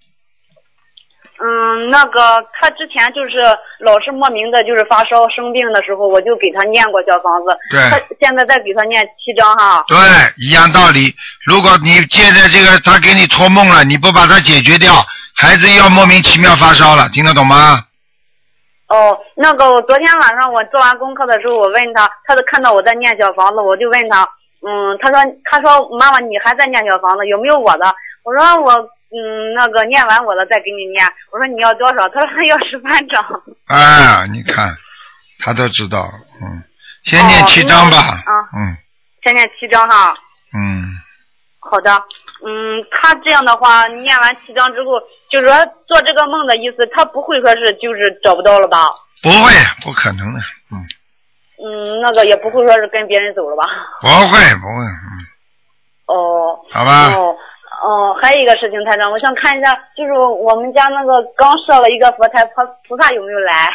嗯，那个他之前就是老是莫名的，就是发烧生病的时候，我就给他念过小房子。对他现在再给他念七张哈。对，一样道理。如果你借着这个他给你托梦了，你不把它解决掉，孩子要莫名其妙发烧了，听得懂吗？哦，那个我昨天晚上我做完功课的时候，我问他，他就看到我在念小房子，我就问他，嗯，他说他说妈妈你还在念小房子，有没有我的？我说我嗯那个念完我的再给你念。我说你要多少？他说他 *laughs* 要十万张。啊，你看，他都知道，嗯，先念七章吧，哦嗯先念七张哈。嗯，好的，嗯，他这样的话，念完七章之后，就是说做这个梦的意思，他不会说是就是找不到了吧？不会，不可能的，嗯，嗯，那个也不会说是跟别人走了吧？不会不会，嗯，哦，好吧，哦，哦，还有一个事情，台长，我想看一下，就是我们家那个刚设了一个佛台，菩菩萨有没有来？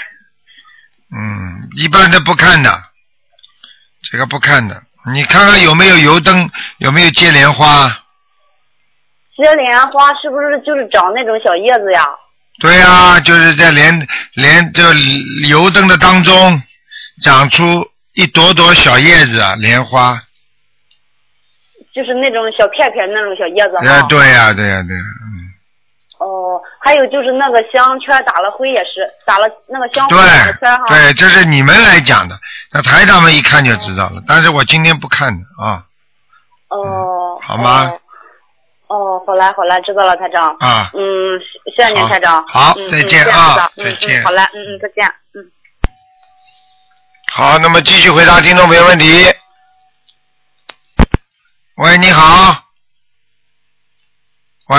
嗯，一般的不看的，这个不看的，你看看有没有油灯，有没有接莲花？接莲花是不是就是长那种小叶子呀？对呀、就是在莲莲这油灯的当中长出一朵朵小叶子啊，莲花。就是那种小片片那种小叶子哎、哈。对呀、对呀、对呀、嗯哦，还有就是那个香圈打了灰也是打了那个香灰打对了圈哈。对，这是你们来讲的，那台长们一看就知道了。但是我今天不看的啊哦。嗯好吗哦？哦，好嘞，好嘞，知道了，台长。啊，嗯，谢谢您，好台长。好嗯再见嗯这啊样子再的嗯见嗯，好嘞，嗯嗯，再见，嗯。好，那么继续回答听众朋友问题。喂，你好。喂。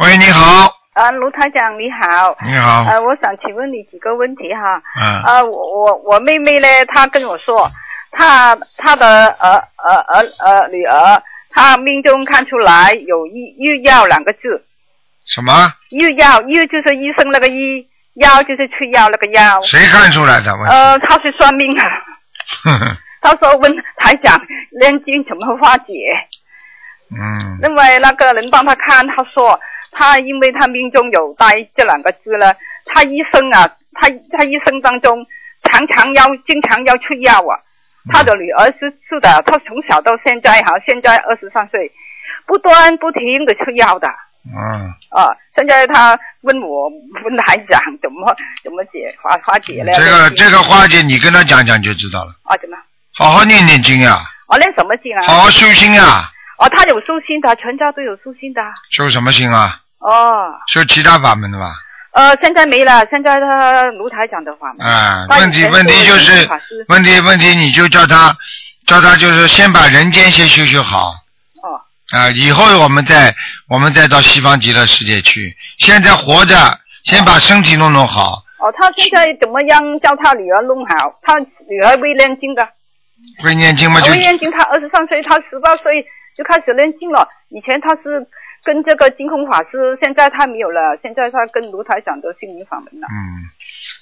喂，你好，啊，卢台长你好。你好，呃，我想请问你几个问题哈。嗯啊，我我我妹妹呢，她跟我说，她她的儿儿儿儿女儿，她命中看出来有医医药两个字，什么？医药医就是医生那个医，药就是吃药那个药。谁看出来的？我呃，她是算命啊，她说问台长念经怎么化解。嗯，另外那个人帮他看，他说他因为他命中有带这两个字呢，他一生啊，他他一生当中常常要经常要吃药啊。嗯他的女儿是是的，他从小到现在哈、现在二十三岁，不断不停的吃药的嗯，啊。现在他问我问台长怎么怎么解化化解呢？ *laughs* 这个这个花姐，你跟他讲讲就知道了。啊怎么？好好念念经啊，我练什么经啊？好好修心啊，哦，他有修心的，全家都有修心的修什么心啊？哦。修其他法门的吧？呃，现在没了，现在他卢台长的话嘛。啊，那问以题前问题做就人是民法师问题问题，你就叫他叫他就是先把人间先修修好哦，啊，以后我们再我们再到西方极乐世界去。现在活着，先把身体弄弄好，哦，他现在怎么样叫他女儿弄好？他女儿会念经的，会念经吗？就会念经。他二十三岁，他十八岁就开始念经了。以前他是跟这个净空法师，现在他没有了，现在他跟卢台长的心灵法门了。嗯，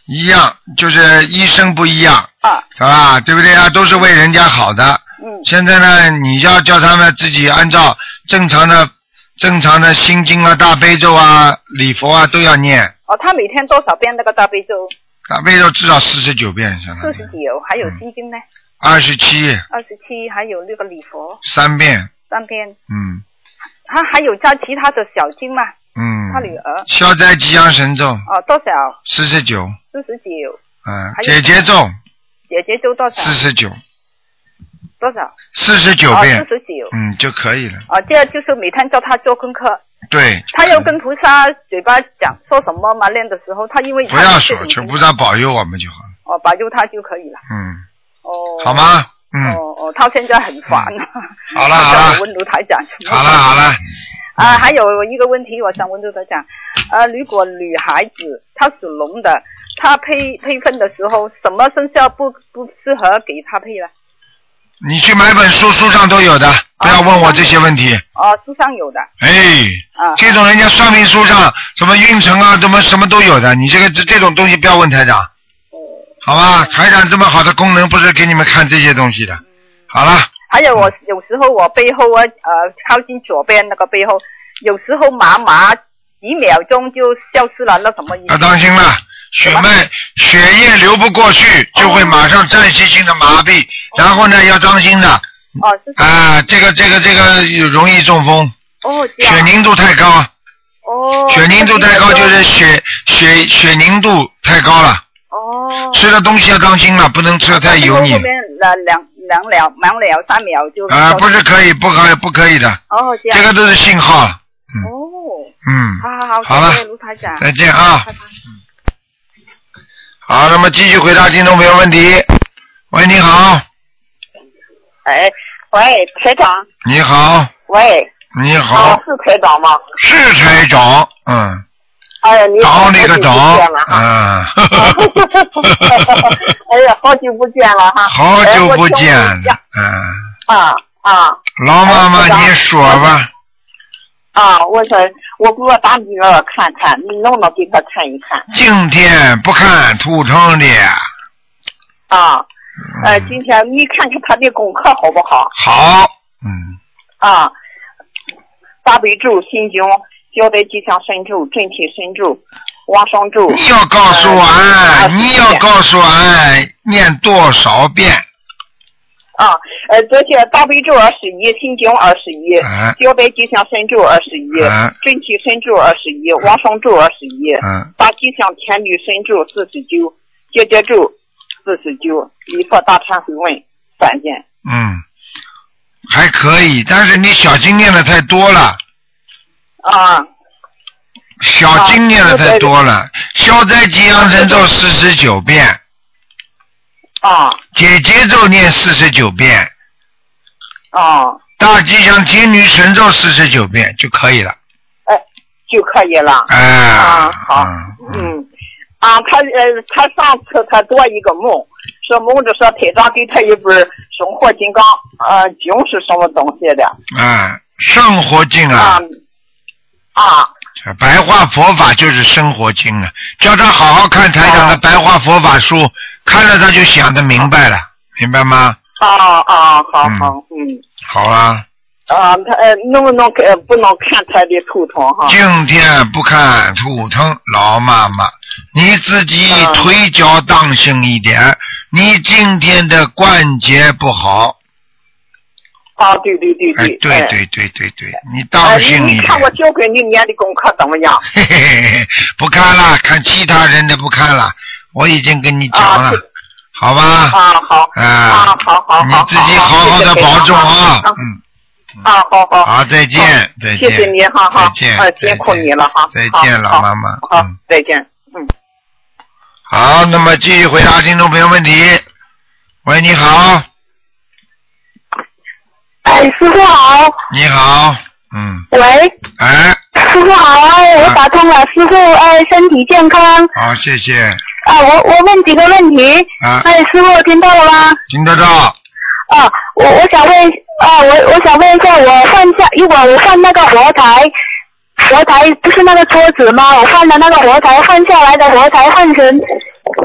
一样，就是医生不一样，啊，是吧？对不对啊？都是为人家好的。嗯，现在呢，你要叫他们自己按照正常的、正常的心经啊、大悲咒啊、礼佛啊都要念，哦，他每天多少遍那个大悲咒？大悲咒至少四十九遍，相当四于十九，还有嗯心经呢，二十七二十七，还有那个礼佛三遍，三遍。嗯他还有加其他的小经嘛？嗯。他女儿消灾吉祥神咒哦，多少？四十九，四十九。嗯还，有嗯姐姐咒姐姐就多少？四十九，多少？哦四十九遍四，十九。嗯就可以了。啊，这样就是每天叫他做功课，对，他要跟菩萨嘴巴讲说什么嘛，练的时候他因为不要说，求菩萨萨保佑我们就好了。哦保佑他就可以了。嗯，哦，好？吗？嗯，哦哦，他现在很烦啊。 *laughs* 好了好他叫了我问卢台长什么好了好嗯了，啊，还有一个问题，我想问卢台长，呃，如果女孩子她属龙的，她配配分的时候，什么生肖不不适合给她配呢？你去买本书，书上都有啊的，不要问我这些问题。哦，书上有的哎，啊。这种人家算命书上什么运程啊，什么什么都有的，你这个这这种东西不要问台长，嗯好吧？台长这么好的功能，不是给你们看这些东西的。好了，还有嗯我有时候我背后啊，呃，靠近左边那个背后，有时候麻麻几秒钟就消失了，那什么意思要？啊当心了，血脉血液流不过去，就哦会马上暂时性的麻痹，然后呢要当心的哦，是啊，这个这个这个容易中风，哦，这血样凝度太高，哦，血凝度太高就是血血血凝度太高了。哦，吃的东西要当心了，不能吃的太油腻后。面呃两两秒、两秒、三秒就啊、不是可以，不可以，不可以的，哦，这样这个都是信号。哦，嗯，好好好了谢谢卢台长，再见啊拜。拜。好，那么继续回答听众朋友问题。喂，你好， *laughs* 哎，喂，台长，你好，喂，你啊哦好，，是台长吗？是啊台长，嗯，哎呀，你长好那个久长不见了， *laughs* 哈。啊，哎呀，好久不见了哈！好久哎我不见听你了讲，嗯，啊啊，老妈妈哎台长你说吧，啊，我说我给我大女儿看看，你能不能给她看一看？今天不看图腾的，嗯啊，呃，今天你看看她的功课好不好？好，啊，大悲咒、心经、消灾吉祥神咒、准提神咒、往生咒。嗯你要告诉俺，你要告诉俺念多少遍？啊，呃，这些大悲咒二十一，心经二十一哎，消灾吉祥神咒二十一哎，准提神咒二十一，往生咒二十一，嗯，大吉祥天女神咒四十九，结节咒四十九，礼佛大忏悔文三件。嗯，还可以，但是你小经念的太多了，啊，小经念的太多了。消灾吉祥神咒四十九遍，啊解结咒念四十九遍，啊，大吉祥天女神咒四十九遍就可以了。就可以了。哎、啊，好，嗯，啊，他呃，他上次他做一个梦，说梦着说台长给他一本《生活金刚》，呃，经是什么东西的？啊，生活经啊，啊，白话佛法就是生活经了。叫他好好看台啊长的白话佛法书，看了他就想的明白了，明白吗？啊啊，好嗯好，嗯，好啊，啊，他呃，能不能呃不能看他的图腾哈？今天不看图腾，老妈妈，你自己腿脚当心一点。你今天的关节不好，啊，对对对哎对，，对哎对对对对，你哎当你心一你点。看我教给你念的功课怎么样？嘿嘿嘿嘿，不看了，看其他人的不看了，我已经跟你讲了，好吧？啊，好，啊，啊，好好好，你自己好好的谢谢保重啊台长，啊，好好，好，再见好，再谢见，谢你哈哈再，见呃，辛苦你了哈，再好见，好老妈妈。好，再见，嗯。好，那么继续回答听众朋友问题。喂，你好，哎，师傅好，你好，喂，嗯哎，师傅好，哎我打通了，师傅，哎，身体健康，好，谢谢，啊，我我问几个问题，啊哎，师傅听到了吗？听得到，啊，我我想问，啊，我我想问一下，我放下，一会儿我放那个佛台，佛台不是那个桌子吗？我放的那个佛台，放下来的佛台换成，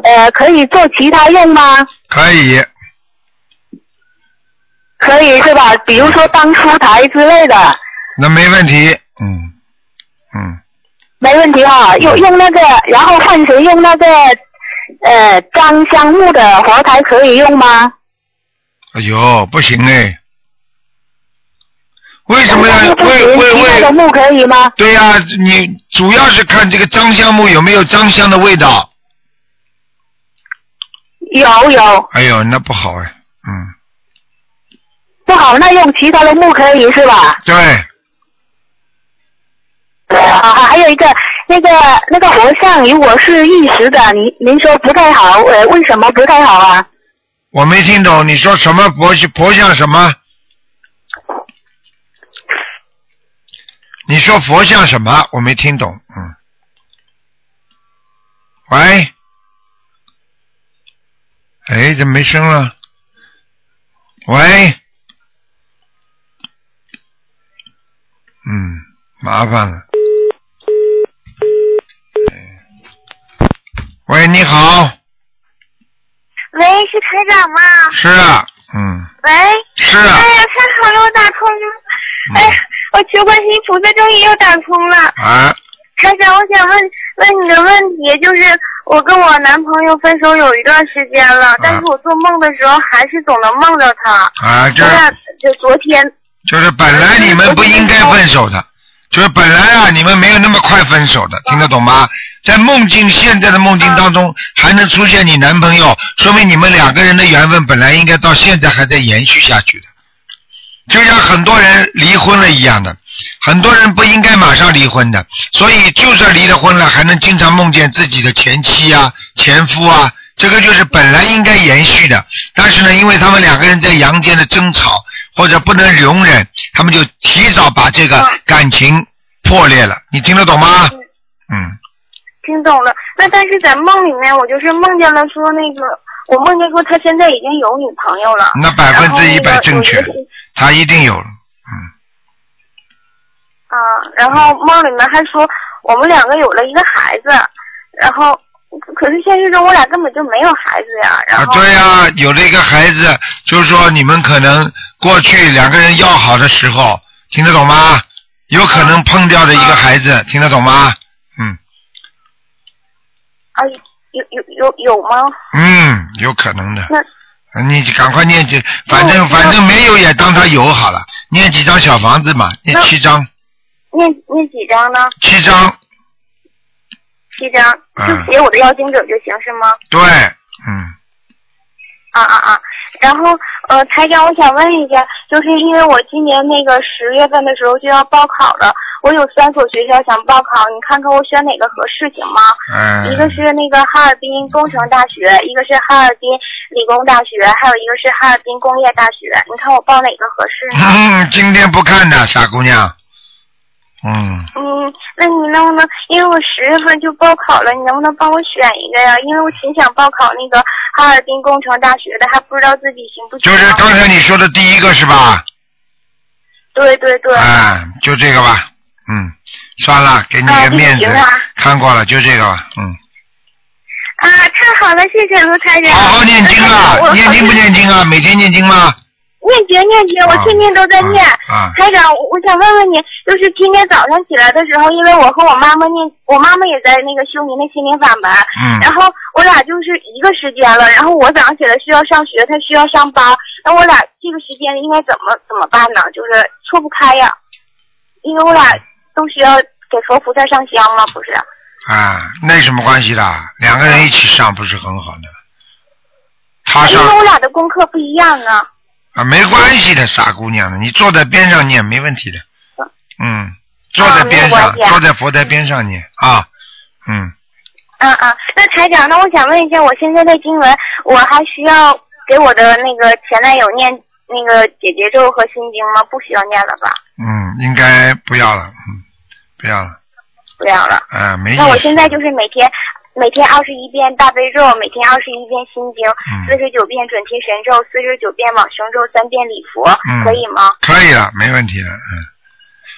呃，可以做其他用吗？可以，可以是吧？比如说当书台之类的。那没问题，没问题哈、用用那个，然后换成用那个呃张香木的佛台可以用吗？哎呦，不行哎，为什么那要不行为为其为？他的木可以吗？对呀、你主要是看这个樟香木有没有樟香的味道。有有，哎呦，那不好哎，嗯，不好那用其他的木可以是吧？对，啊，还有一个那个那个佛像，如果是玉石的，您您说不太好，呃，为什么不太好啊？我没听懂你说什么佛佛像什么？你说佛像什么？我没听懂，嗯。喂，哎，怎么没声了？喂，嗯，麻烦了。哎喂，你好，喂，是台长吗？是啊，嗯。喂。是嗯啊哎呀，太好了，我打通了。哎呀，我求观世音菩萨，终于又打通了。啊，台长，我想问问你个问题，就是我跟我男朋友分手有一段时间了，嗯但是我做梦的时候还是总能梦到他。啊，这我俩就昨天就是本来你们不应该分手的，就是本来啊你们没有那么快分手的，听得懂吗？在梦境现在的梦境当中还能出现你男朋友，说明你们两个人的缘分本来应该到现在还在延续下去的，就像很多人离婚了一样的，很多人不应该马上离婚的，所以就算离了婚了，还能经常梦见自己的前妻啊、前夫啊，这个就是本来应该延续的，但是呢，因为他们两个人在阳间的争吵或者不能容忍，他们就提早把这个感情破裂了。你听得懂吗？嗯，听懂了，那但是在梦里面，我就是梦见了说那个，我梦见说他现在已经有女朋友了。那百然分后之那一个百有正一确个，他一定有。啊，然后梦里面还说我们两个有了一个孩子，然后可是现实中我俩根本就没有孩子呀。然啊，后对呀、有了一个孩子，就是说你们可能过去两个人要好的时候，听得懂吗？有可能碰掉的一个孩子，听得懂吗？啊，有有有有吗？嗯，有可能的。啊那你赶快念几，反正反正没有也当他有好了，念几张小房子嘛，念那七张，念念几张呢？七张，七张，就嗯，写我的邀请者就行是吗？对，哎啊啊啊！然后呃，台长，我想问一下，就是因为我今年那个十月份的时候就要报考了，我有三所学校想报考，你看看我选哪个合适行吗？一个嗯，是那个哈尔滨工程大学，一个是哈尔滨理工大学，还有一个是哈尔滨工业大学。你看我报哪个合适呢？嗯， *laughs* 今天不看的傻姑娘，嗯，嗯，那你能不能，因为我十月份就报考了，你能不能帮我选一个呀？因为我挺想报考那个哈尔滨工程大学的，还不知道自己行不行。就是刚才你说的第一个是吧？对对对。哎，就这个吧，嗯，算了，给你个啊面子行啊，看过了，就这个吧，嗯，啊，太好了，谢谢卢台长。哎好好念经啊，念经不念经啊？每天念经吗？念经念经，我天天都在念。啊台长，我我想问问你，就是今天早上起来的时候，因为我和我妈妈念，我妈妈也在那个修您的心灵法门，嗯然后我俩就是一个时间了，然后我早上起来需要上学，她需要上班，那我俩这个时间应该怎么怎么办呢？就是错不开呀，因为我俩都需要给佛菩萨上香嘛，不是？啊，那有什么关系的？两个人一起上不是很好的？他因上为我俩的功课不一样啊。啊，没关系的，傻姑娘，你坐在边上念没问题的。嗯，坐在边上，没有关啊系啊坐在佛台边上念啊。嗯，嗯嗯，那台长，那我想问一下，我现在的经文，我还需要给我的那个前男友念那个姐姐咒和心经吗？不需要念了吧？嗯，应该不要了，嗯，不要了，不要了。啊，没那我意现思，在就是每天每天二十一遍大悲咒，每天二十一遍心经，嗯四十九遍准提神咒，四十九遍往生咒，三遍礼佛，嗯可以吗？可以了，没问题了，嗯。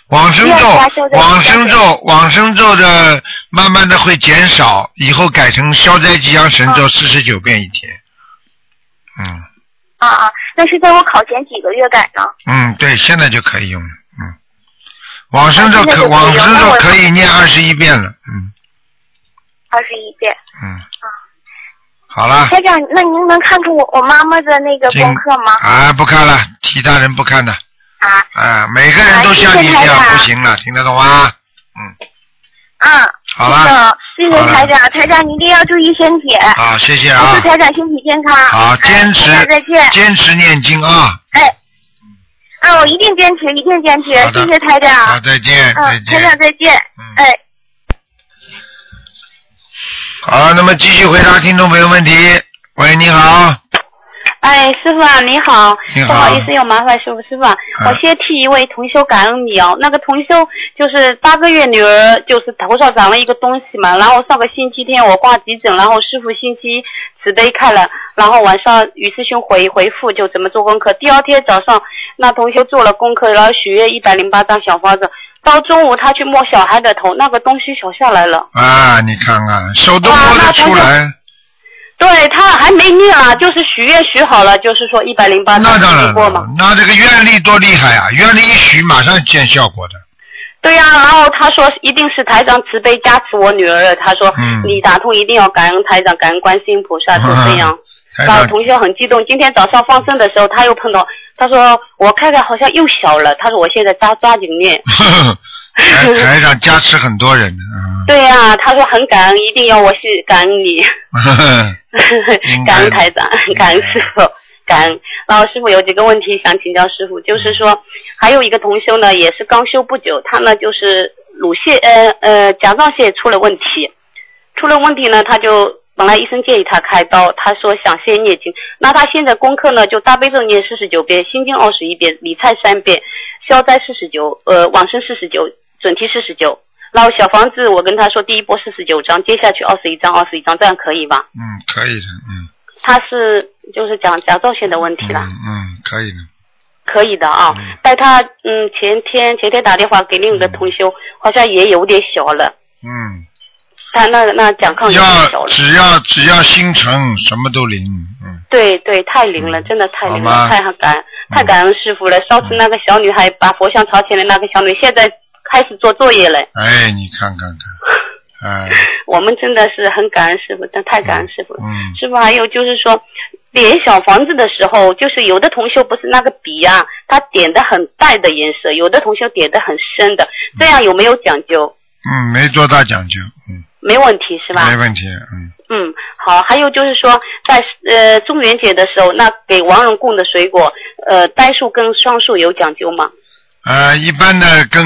往生愿大咒家都，在往生咒，往生咒的慢慢的会减少，以后改成消灾吉祥神咒四十九遍一天。嗯啊啊，那是在我考前几个月改呢？嗯，对，现在就可以用了，嗯。往生咒啊现在可就可以往生用那咒我可以念二十一遍了，嗯二十一遍。嗯。好了。台长，那您能看看我我妈妈的那个今功课吗？啊，不看了，其他人不看的。啊。啊，每个人都像你这样不行了，听得懂啊吗？嗯，好了谢谢好了台长，台长你一定要注意身体。好，谢谢祝啊，台长身体健康。哎好，坚持台长再见，坚持念经啊，哎，啊，我一定坚持，一定坚持，好的哎谢谢台长。好，再见，再嗯，台见。长再见。哎，好，那么继续回答听众朋友问题。喂，你好，哎，师傅啊，你好，你好哎不好意思又麻烦师傅，师傅、啊，我先替一位同修感恩你哦。那个同修就是八个月女儿，就是头上长了一个东西嘛，然后上个星期天我挂急诊，然后师傅星期慈悲看了，然后晚上于师兄回回复就怎么做功课，第二天早上那同修做了功课，然后许愿一百零八张小方子，到中午他去摸小孩的头，那个东西小下来了。啊，你看看，手都摸得出来，对他还没念啊，就是许愿许好了，就是说一百零八张当经然过嘛。了，那这个愿力多厉害啊！愿力一许，马上见效果的。 *laughs* 对呀、然后他说一定是台长慈悲加持我女儿了。他说、嗯你打通一定要感恩台长，感恩观世音菩萨，就这样。 *laughs* 台然后长同学很激动，今天早上放生的时候他又碰到，他说我看看好像又小了，他说我现在抓抓紧念。台台上加持很多人呢， *laughs* 对呀、他说很感恩，一定要我去感恩你，嗯 *laughs* 感恩台长，感恩师傅，感恩。然后师傅有几个问题想请教师傅，就是说还有一个同修呢，也是刚修不久，他呢就是乳腺呃呃甲状腺出了问题，出了问题呢，他就本来医生建议他开刀，他说想先念经，那他现在功课呢就大悲咒念四十九遍，心经二十一遍，礼忏三遍，消灾四十九，呃往生四十九，准提四十九。然后小房子，我跟他说第一波四十九章，接下去二十一章，二十一章，这样可以吧？嗯，可以的，嗯他是就是讲甲状腺的问题啦，嗯嗯，可以的，可以的啊。但他嗯前天前天打电话给另一个同修，好像也有点小了，嗯，他那那甲亢有点小要了。只要只要心诚，什么都灵，嗯，对对，太灵了，真的太灵好吗嗯了，太感太感恩师傅了。上次那个小女孩把佛像朝前的那个小女，现在开始做作业了。哎，你看看看，哎，我们真的是很感恩师傅，但太感恩师傅了。嗯师傅还有就是说，点小房子的时候，就是有的同学不是那个笔啊，他点的很淡的颜色，有的同学点的很深的，这样有没有讲究？嗯，没多大讲究，嗯，没问题是吧？没问题，嗯，嗯，好，还有就是说，在呃中元节的时候，那给亡人供的水果，呃单数跟双数有讲究吗？呃，一般的跟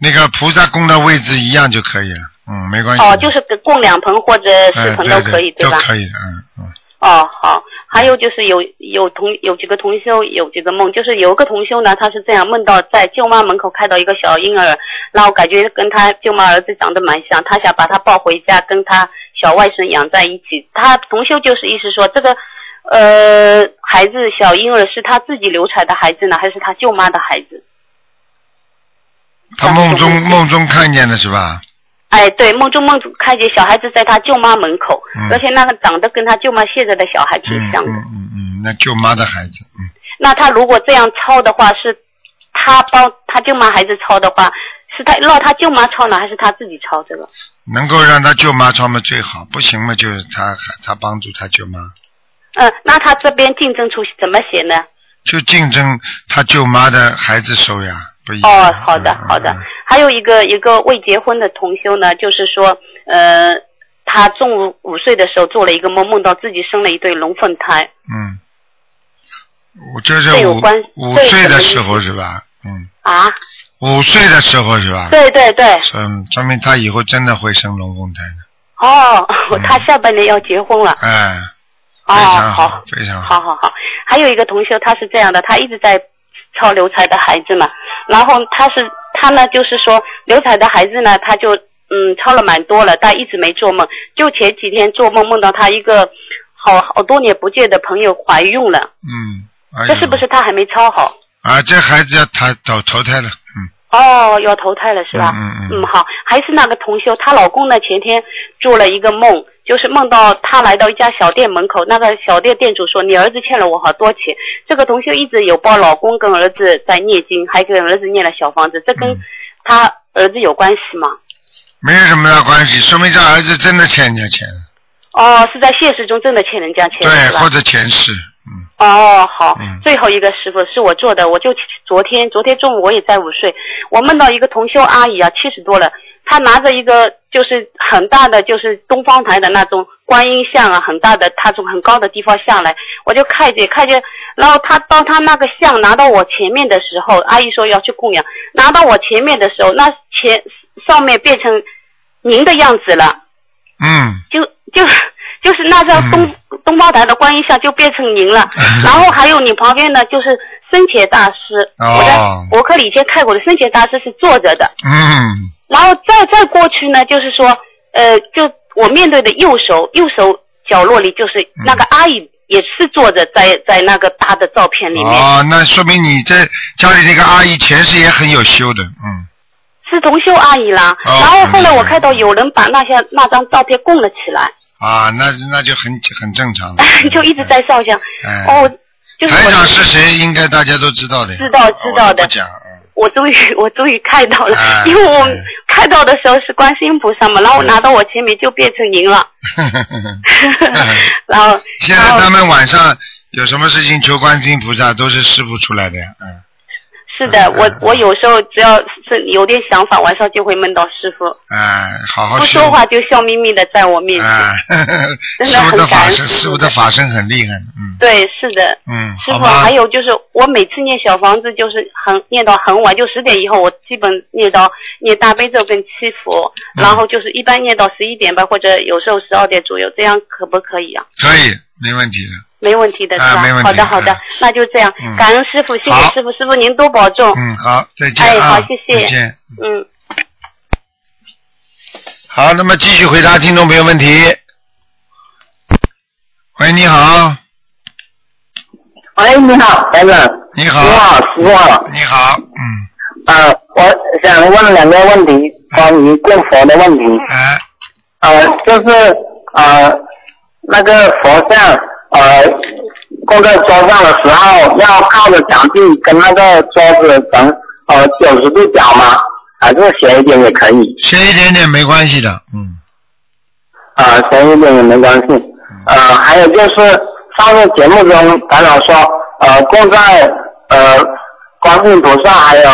那个菩萨供的位置一样就可以了，嗯，没关系，哦，就是给供两盆或者哎四盆都对可以，对吧？都可以的，嗯嗯，哦，好，还有就是有有同有几个同修有几个梦，就是有一个同修呢，他是这样梦到在舅妈门口看到一个小婴儿，然后感觉跟他舅妈儿子长得蛮像，他想把他抱回家跟他小外甥养在一起。他同修就是意思说这个呃孩子小婴儿是他自己流产的孩子呢，还是他舅妈的孩子？他梦中梦中看见的是吧？哎，对，梦中梦看见小孩子在他舅妈门口，嗯而且那个长得跟他舅妈现在的小孩挺嗯像的。嗯嗯嗯，那舅妈的孩子，那他如果这样抄的话，是他帮他舅妈孩子抄的话，是他让他舅妈抄呢，还是他自己抄这个？能够让他舅妈穿嘛最好，不行嘛就是他他帮助他舅妈，嗯，那他这边竞争处怎么写呢？就竞争他舅妈的孩子收呀，不一样。哦，好的，好的。还有一个一个未结婚的同修呢，就是说，呃，他中午午睡的时候做了一个梦，梦到自己生了一对龙凤胎，嗯，我这这是有五关五这有岁什的么意时候是吧？嗯，啊，五岁的时候是吧？对对对，嗯，说明他以后真的会生龙凤胎的，哦， *laughs* 他下半年要结婚了，哎，哦，好，非常好。好好好，还有一个同学他是这样的，他一直在抄刘才的孩子嘛，然后他是他呢就是说刘才的孩子呢，他就嗯抄了蛮多了，但一直没做梦，就前几天做梦梦到他一个好好多年不见的朋友怀孕了，嗯，哎这是呦，不是他还没抄好？啊，这孩子要他投投胎了，嗯，哦，要投胎了是吧？嗯嗯嗯好，还是那个同修，她老公呢前天做了一个梦，就是梦到他来到一家小店门口，那个小店店主说你儿子欠了我好多钱。这个同修一直有帮老公跟儿子在念经，还给儿子念了小房子，这嗯跟他儿子有关系吗？没有什么大关系，说明这儿子真的欠人家钱了，哦，是在现实中真的欠人家钱对是，吧？或者前世，哦，好，最后一个师傅是我做的，我就昨天昨天中午我也在午睡，我梦到一个同修阿姨啊，七十多了，她拿着一个就是很大的就是东方台的那种观音像啊，很大的，她从很高的地方下来，我就看见看见，然后她当她那个像拿到我前面的时候，阿姨说要去供养，拿到我前面的时候，那前上面变成您的样子了。嗯，就就就是那张东、东方台的观音像就变成 *laughs* 您了，然后还有你旁边的就是生前大师，我哦在博客里以前看过的生前大师是坐着的，嗯，然后再再过去呢，就是说呃，就我面对的右手右手角落里就是那嗯个阿姨也是坐着在在那个大的照片里面，哦，那说明你这家里那个阿姨前世也很有修的，嗯，是同修阿姨啦，哦然后后来我看到有人把那些那张照片供了起来，啊，那那就很很正常了， *laughs* 就一直在照相，哎，哦，就嗯是台我长是谁，应该大家都知道的，哦知道知道的我不讲，我终于我终于看到了，哎因为我看到的时候是观世音菩萨嘛，然后我拿到我前面就变成您了，然后 *laughs* 现在他们晚上有什么事情求观世音菩萨，都是师傅出来的呀，嗯，是的，我我有时候只要是有点想法，晚上就会梦到师傅，哎，好好不修说话就笑眯眯的在我面前，哎， *laughs* 真师的傅很的感法恩身，师傅的法身很厉害的，嗯对，是的。嗯，师好傅，吧还，有就是，我每次念小房子，就是很念到很晚，就十点以后，我基本念到念大悲咒跟七佛，嗯然后就是一般念到十一点吧，或者有时候十二点左右，这样可不可以啊？可以，没问题的，没问题的是吧？啊没问题好的好的，那就这样。嗯感恩师傅，谢谢好师傅，师傅您多保重。嗯，好，再见哦哎，啊，好，谢谢。再见。嗯，好，那么继续回答听众朋友问题。喂，你好，喂，你好，台长。你好，你好，师傅。你好，嗯呃，我想问两个问题，关于供佛的问题。哎呃，就是呃，那个佛像，呃，供在桌上的时候，要靠着墙壁跟那个桌子成呃九十度角吗？还是斜一点也可以？斜一点点没关系的，嗯，啊，深一点也没关系。呃，还有就是上次节目中台长说，呃，供在呃观世音菩萨还有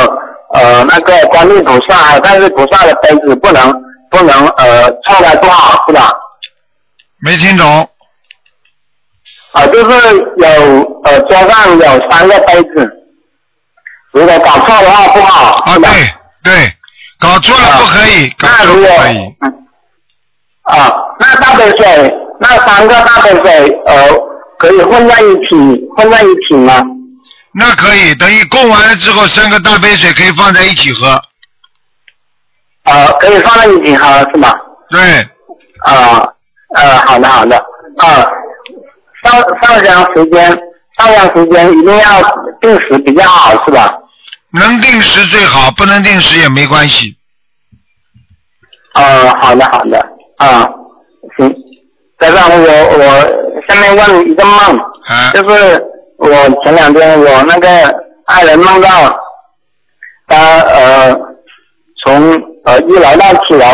呃那个观世音菩萨还有观世菩萨的杯子不能不能呃错开不好是吧？没听懂。呃，就是有呃桌上有三个杯子，如果搞错的话不好。啊，对对，搞错了不可以，搞错了不可以。啊，那大杯水，那三个大杯水，呃，可以混在一起，混在一起吗？那可以，等于供完了之后，三个大杯水可以放在一起喝。呃，可以放在一起喝是吗？对。啊、呃，好的好的，啊、上上香时间，上香时间一定要定时比较好是吧？能定时最好，不能定时也没关系。呃，好的好的，啊、行。再让我我下面问一个梦，啊就是我前两天我那个爱人梦到他呃从呃一楼到七楼，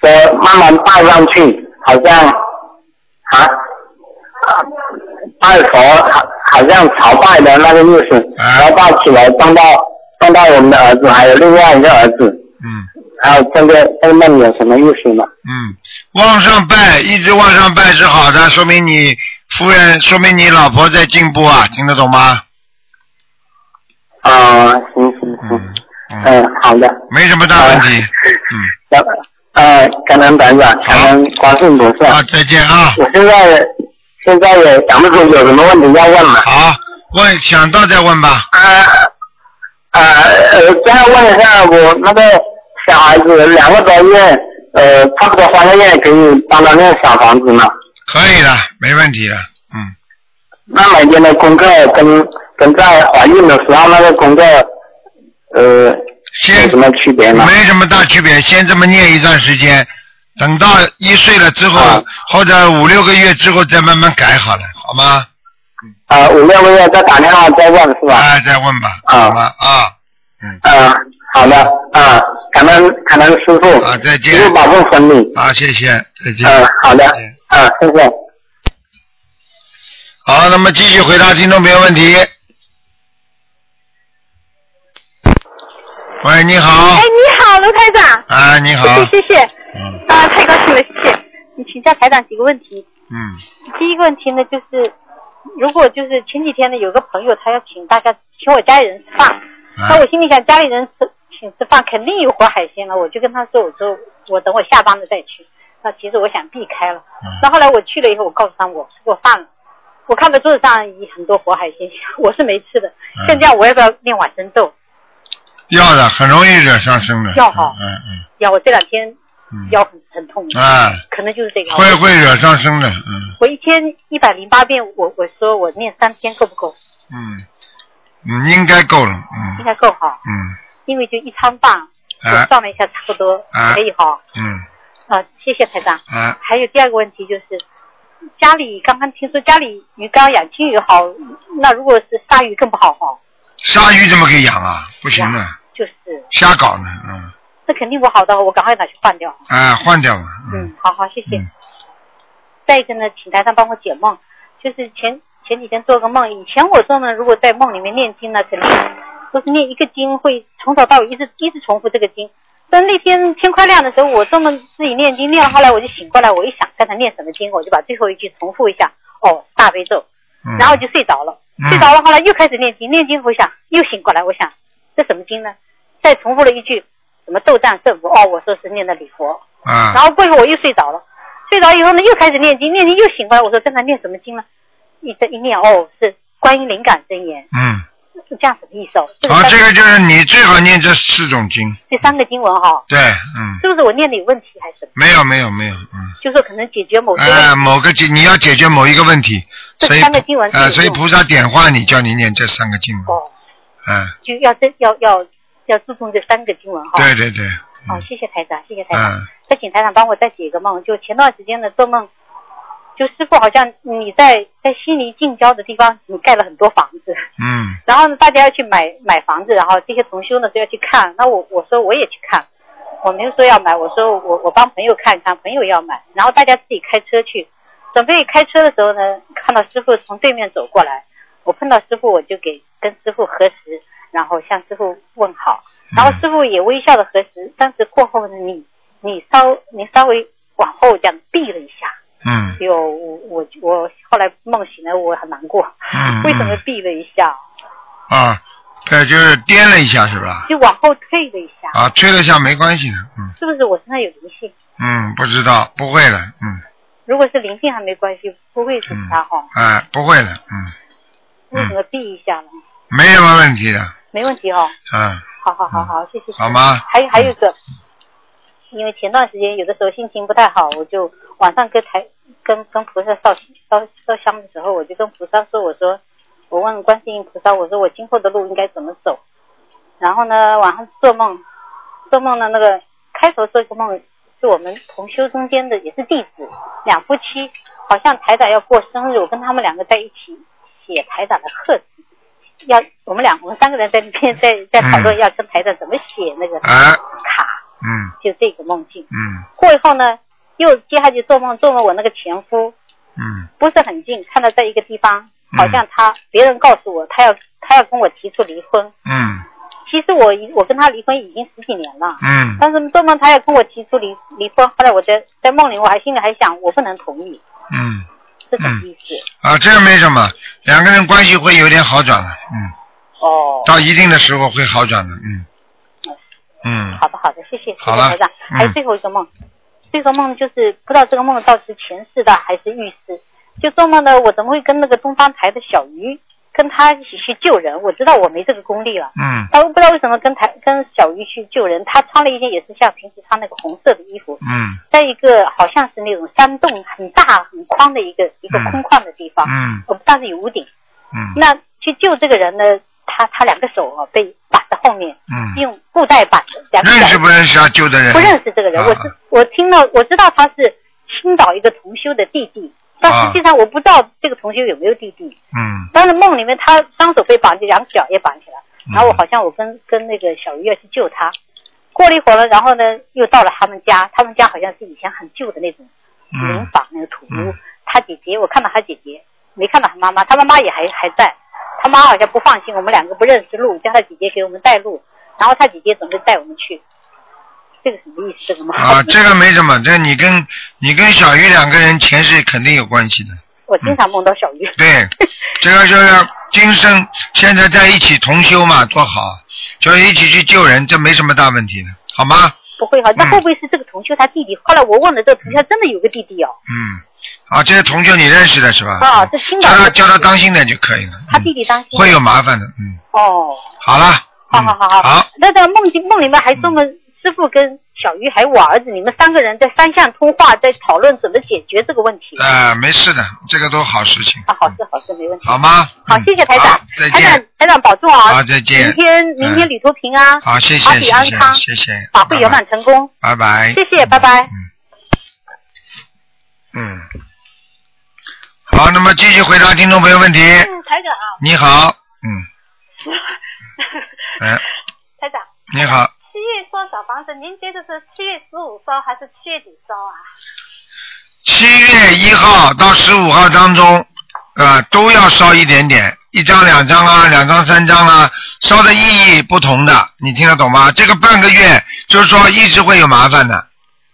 说慢慢拜上去，好像啊啊拜佛好好像朝拜的那个意思，然后到七楼撞到撞到我们的儿子，还有另外一个儿子，嗯，然后这个这个梦有什么意思呢？嗯，往上拜，一直往上拜是好的，说明你夫人，说明你老婆在进步啊，听得懂吗？啊，行行行，嗯，好的，没什么大问题。嗯，呃，感恩班长，感恩观世音菩萨。啊，再见啊！我现在现在也想不出有什么问题要问了。好，问想到再问吧。呃呃，再问一下，我那个小孩子两个多月，呃，差不多三个月，可以帮他念小房子吗？可以的，没问题的。嗯，那每天的功课跟跟在怀孕的时候那个功课，呃，有什么区别呢？没什么大区别，先这么念一段时间，等到一岁了之后，或者五六个月之后再慢慢改好了，好吗？啊，五六个月再打电话再问是吧？哎，再问吧。啊啊，嗯。啊，好的啊，感恩感恩师傅。啊，再见师傅保重身体。啊，谢谢，再见。嗯，好的。啊，谢谢。好，那么继续回答听众朋友问题。喂，你好哎，，你好，卢台长。啊，嗯你好，谢谢谢谢。啊，太高兴了，谢谢。你请教台长几个问题。嗯。第一个问题呢，就是如果就是前几天呢，有个朋友他要请大家请我家里人吃饭，啊那、我心里想家里人吃请吃饭肯定有活海鲜了，我就跟他说，我说我等我下班了再去。那其实我想避开了。嗯那后来我去了以后，我告诉他我吃过饭了。我看到桌子上有很多活海鲜， *laughs* 我是没吃的。嗯现在我要不要念往生咒？要的，很容易惹上身的。要好嗯嗯呀，我这两天腰很很痛，嗯，啊，可能就是这个。会会惹上身的，嗯我一天一百零八遍，我我说我念三天够不够？嗯嗯，应该够了，嗯应该够哈，嗯因为就一餐饭，我啊算了一下，差不多啊可以哈。嗯啊，谢谢台长。啊还有第二个问题就是，家里刚刚听说家里鱼缸养金鱼好，那如果是鲨鱼更不好哈，鲨鱼怎么给养啊？不行的，就是瞎搞呢，嗯，这肯定不好的，我赶快拿去换掉。啊，换掉吧，嗯，好好，谢谢。嗯再一个呢，请台上帮我解梦，就是前前几天做个梦，以前我说呢，如果在梦里面念经呢，肯定都是念一个经，会从头到尾一直一直重复这个经。但那天天快亮的时候，我这么自己念经，念了后来我就醒过来，我一想刚才念什么经，我就把最后一句重复一下，哦，大悲咒，嗯然后就睡着了。睡着了，后来又开始念经，念经我想又醒过来，我想这什么经呢？再重复了一句什么斗战胜佛，哦，我说是念的礼佛。啊，然后过一会儿我又睡着了，睡着以后呢又开始念经，念经又醒过来，我说刚才念什么经了？一一念哦是观音灵感真言，嗯是这样子的意思哦。这好，三这个就是你最好念这四种经。这三个经文哈、对，嗯，是不是我念的有问题还是什么？没有没有没有，嗯，就是可能解决某些问题。哎，某个经你要解决某一个问题，这所以三个经文是有呃，所以用的菩萨点化你，叫你念这三个经文。哦，嗯，就要这要要要注重这三个经文哈。对对对，好、谢谢台长，谢谢台长。嗯，再请台长帮我再解一个梦，就前段时间的做梦，就师傅好像你在在悉尼近郊的地方，你盖了很多房子，嗯然后呢，大家要去买买房子，然后这些同修呢都要去看，那我我说我也去看，我没有说要买，我说我我帮朋友看一看，朋友要买，然后大家自己开车去，准备开车的时候呢，看到师傅从对面走过来，我碰到师傅我就给跟师傅核实，然后向师傅问好，然后师傅也微笑的核实，但是过后呢，你你稍你稍微往后这样避了一下，嗯有我我我后来梦醒了，我很难过，嗯为什么避了一下？啊，对，就是颠了一下是吧？就往后退了一下，啊，吹了一下没关系的，嗯是不是我身上有灵性？嗯，不知道，不会了，嗯，如果是灵性还没关系，不会是他哈，哎，不会了，嗯，为什么避一下呢？没什么问题的，没问题哈、哦嗯，好好好好，谢谢。好吗嗯还有还有一个，因为前段时间有的时候心情不太好，我就晚上跟台跟跟菩萨烧烧烧香的时候，我就跟菩萨说，我说我问观世音菩萨，我说我今后的路应该怎么走？然后呢，晚上做梦，做梦呢那个开头做一个梦，是我们同修中间的也是弟子，两夫妻，好像台长要过生日，我跟他们两个在一起写台长的贺词。要我们两我们三个人在那 *laughs* 边在在讨论嗯要跟台长怎么写那个哎，卡，嗯就这个梦境。嗯过以后呢，又接下去做梦，做梦我那个前夫嗯不是很近，看到在一个地方，嗯好像他、别人告诉我他要他要跟我提出离婚。嗯其实我已我跟他离婚已经十几年了，嗯但是做梦他要跟我提出离离婚，后来我在在梦里我还心里还想我不能同意，嗯是什么嗯意思？啊，这个没什么，两个人关系会有点好转了，嗯，哦，到一定的时候会好转的，嗯嗯，好的，好的，谢谢，谢谢好了台长。嗯还有最后一个梦，这个梦就是不知道这个梦到底是前世的还是预示。就做梦呢，我怎么会跟那个东方台的小鱼跟他一起去救人？我知道我没这个功力了，嗯但我不知道为什么跟台跟小鱼去救人。他穿了一件也是像平时穿那个红色的衣服，嗯在一个好像是那种山洞很大很宽的一个一个嗯空旷的地方，嗯我们当时有屋顶。嗯那去救这个人呢，他他两个手啊被绑在后面，嗯，用布袋绑着，两个认识手不认识啊？救的人不认识这个人，啊我知我听到我知道他是青岛一个同修的弟弟，啊但实际上我不知道这个同修有没有弟弟。嗯当时梦里面他双手被绑起，两脚也绑起来，嗯然后我好像我跟跟那个小鱼要去救他。过了一会儿了，然后呢又到了他们家，他们家好像是以前很旧的那种民嗯房那个土屋嗯。他姐姐，我看到他姐姐，没看到他妈妈，他妈妈也还还在。他妈好像不放心，我们两个不认识路，叫他姐姐给我们带路，然后他姐姐准备带我们去。这个什么意思？这个吗？啊，这个没什么，这你跟你跟小鱼两个人前世肯定有关系的， *laughs* 嗯我经常梦到小鱼。 *laughs* 对，这个就是今生现在在一起同修嘛，多好，啊就是一起去救人，这没什么大问题的，好吗？不会哈，那嗯会不会是这个同修他弟弟？后来我问了这个同修，他真的有个弟弟哦，嗯，啊，这些同修你认识的是吧？啊，这青岛叫的他叫他当心点就可以了，他弟弟当心会有麻烦的，嗯，哦，好了，好好好好嗯好。嗯那在梦境梦里面还专门师傅跟小鱼还有我儿子，你们三个人在三项通话，在讨论怎么解决这个问题。呃，没事的，这个都好事情，啊，好事好事，没问题。好吗？好，谢谢台长嗯好，再台长见，台长保重啊！好再见明天明嗯天旅途平安，好，谢法谢，谢体安谢康，，谢谢，法会圆满成功。拜拜，谢谢，拜拜。嗯，好，那么继续回答听众朋友问题。台长啊，你好，嗯，哎，台长，你好， *laughs* 七月烧小房子，您觉得是七月十五烧还是七月几烧啊？七月一号到十五号当中，啊、都要烧一点点，一张、两张啊，两张、三张啊，烧的意义不同的，你听得懂吗？这个半个月就是说一直会有麻烦的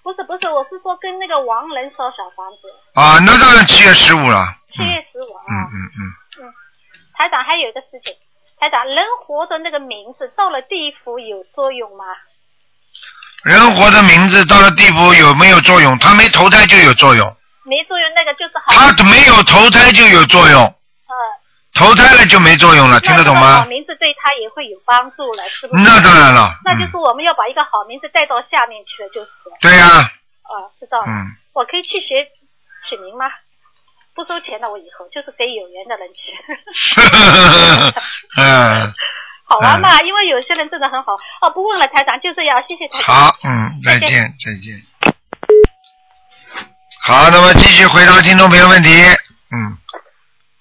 不是不是，我是说跟那个亡人烧小房子，啊，那当然七月十五了，七月十五啊。嗯嗯嗯，嗯，台长还有一个事情，台长人活的那个名字到了地府有作用吗？人活的名字到了地府有没有作用？他没投胎就有作用，没作用，那个就是好。他没有投胎就有作用。嗯。投胎了就没作用了，听得懂那这个吗好？名字对他也会有帮助了，是不是？那当然了嗯那就是我们要把一个好名字带到下面 *laughs* 去了，就是了。对呀啊，知道了。嗯。我可以去学取名吗？不收钱的，我以后就是给有缘的人 *laughs* 取。嗯， *laughs* 好啊玩嘛，因为有些人真的很好。哦，不问了，台长就这样，谢谢台长。好，嗯，再见，再见。好，那么继续回答听众朋友问题。嗯，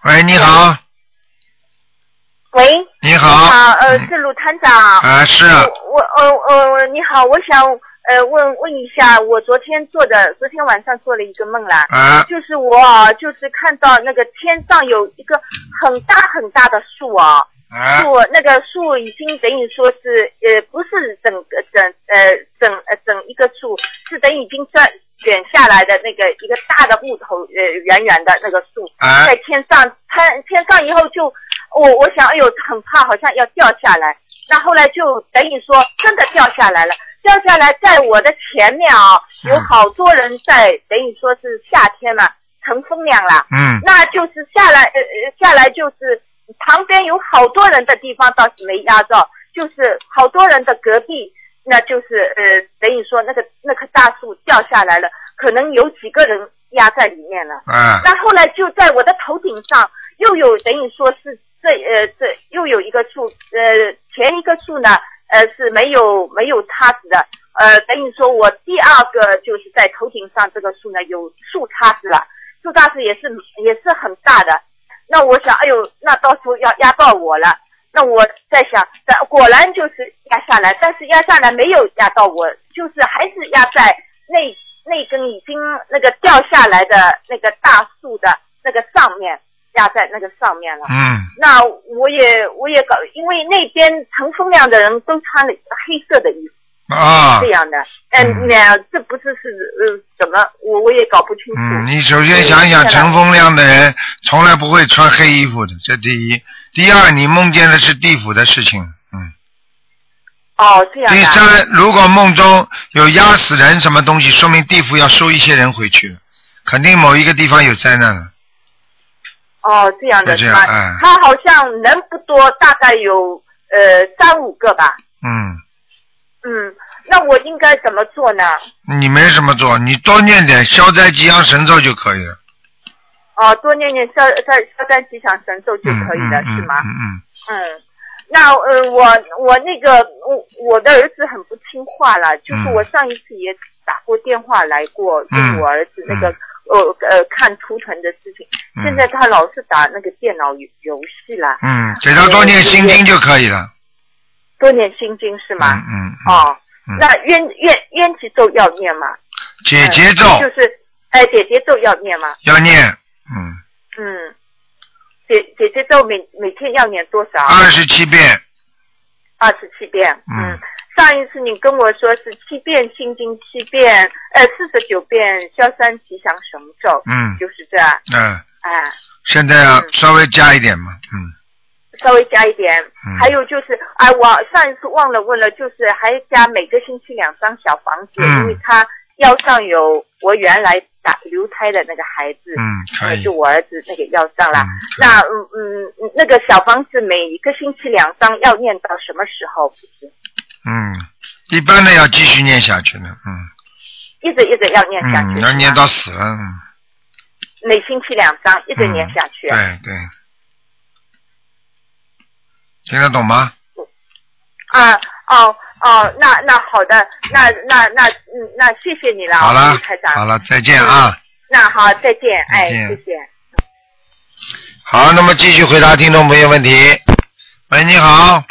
喂，你好，喂，你你好，嗯好，呃，是鲁团长。啊是啊我呃呃，你好，我想呃问问一下，我昨天做的，昨天晚上做了一个梦啦，啊就是我啊就是看到那个天上有一个很大很大的树啊，啊树那个树已经等于说是呃不是整个整呃整呃整一个树，是等于已经转卷下来的那个一个大的木头呃圆圆的那个树，啊在天上攀天上以后就我我想哎呦很怕好像要掉下来，那后来就等于说真的掉下来了。掉下来，在我的前面啊，有好多人在，等于说是夏天嘛，乘风凉啦。嗯那就是下来，呃，呃下来就是旁边有好多人的地方倒是没压到，就是好多人的隔壁，那就是呃，等于说那个那棵大树掉下来了，可能有几个人压在里面了。嗯那后来就在我的头顶上又有等于说是这呃这又有一个树，呃前一个树呢呃是没有没有叉子的，呃等于说我第二个就是在头顶上这个树呢有树叉子了，树叉子也是也是很大的，那我想哎呦那到时候要压到我了。那我在想，但果然就是压下来，但是压下来没有压到我，就是还是压在那那根已经那个掉下来的那个大树的那个上面，压在那个上面了。嗯那我也我也搞，因为那边乘风量的人都穿了黑色的衣服。啊这，样的，嗯，那、这不是是呃怎么，我我也搞不清楚。嗯，你首先想想，乘风亮的人从来不会穿黑衣服的，这第一。第二，嗯你梦见的是地府的事情，嗯。哦，这样的第三，如果梦中有压死人什么东西，说明地府要收一些人回去了，肯定某一个地方有灾难了。哦，这样的就是这吧样？嗯他好像人不多，大概有呃三五个吧。嗯，嗯，那我应该怎么做呢？你没什么做，你多念点消灾吉祥神咒就可以了。哦，多念念消消消灾吉祥神咒就可以了，嗯是吗？嗯嗯嗯，那呃，我我那个我我的儿子很不听话了，就是嗯我上一次也打过电话来过，就是嗯我儿子那个、呃呃看图腾的事情，嗯现在他老是打那个电脑游游戏啦，嗯，给他多念心经就可以了。多念心经是吗？嗯嗯，哦，嗯那冤冤冤气咒要念吗？解结咒嗯就是哎，姐姐咒要念吗？要念嗯，姐姐姐咒每每天要念多少？二十七遍。二十七遍。嗯，上一次你跟我说是七遍心经，七遍呃四十九遍消三吉祥神咒，嗯就是这样，嗯，哎，现在要稍微加一点嘛，嗯。稍微加一点。嗯还有就是，哎，我上一次忘了问了，就是还加每个星期两张小房子，嗯因为他腰上有我原来打流胎的那个孩子，嗯可以就我儿子那个腰上啦。那嗯嗯，那个小房子每一个星期两张，要念到什么时候？嗯，一般的要继续念下去的，嗯一直一直要念下嗯，，去要念到死了，嗯，每星期两张，一直念下去。啊嗯对对，听得懂吗？啊，哦哦，那那好的，那那那嗯，那谢谢你了，好了陆台长。好了，再见啊！那好，再见，哎，再见谢谢。好，那么继续回答听众朋友问题。喂，你好，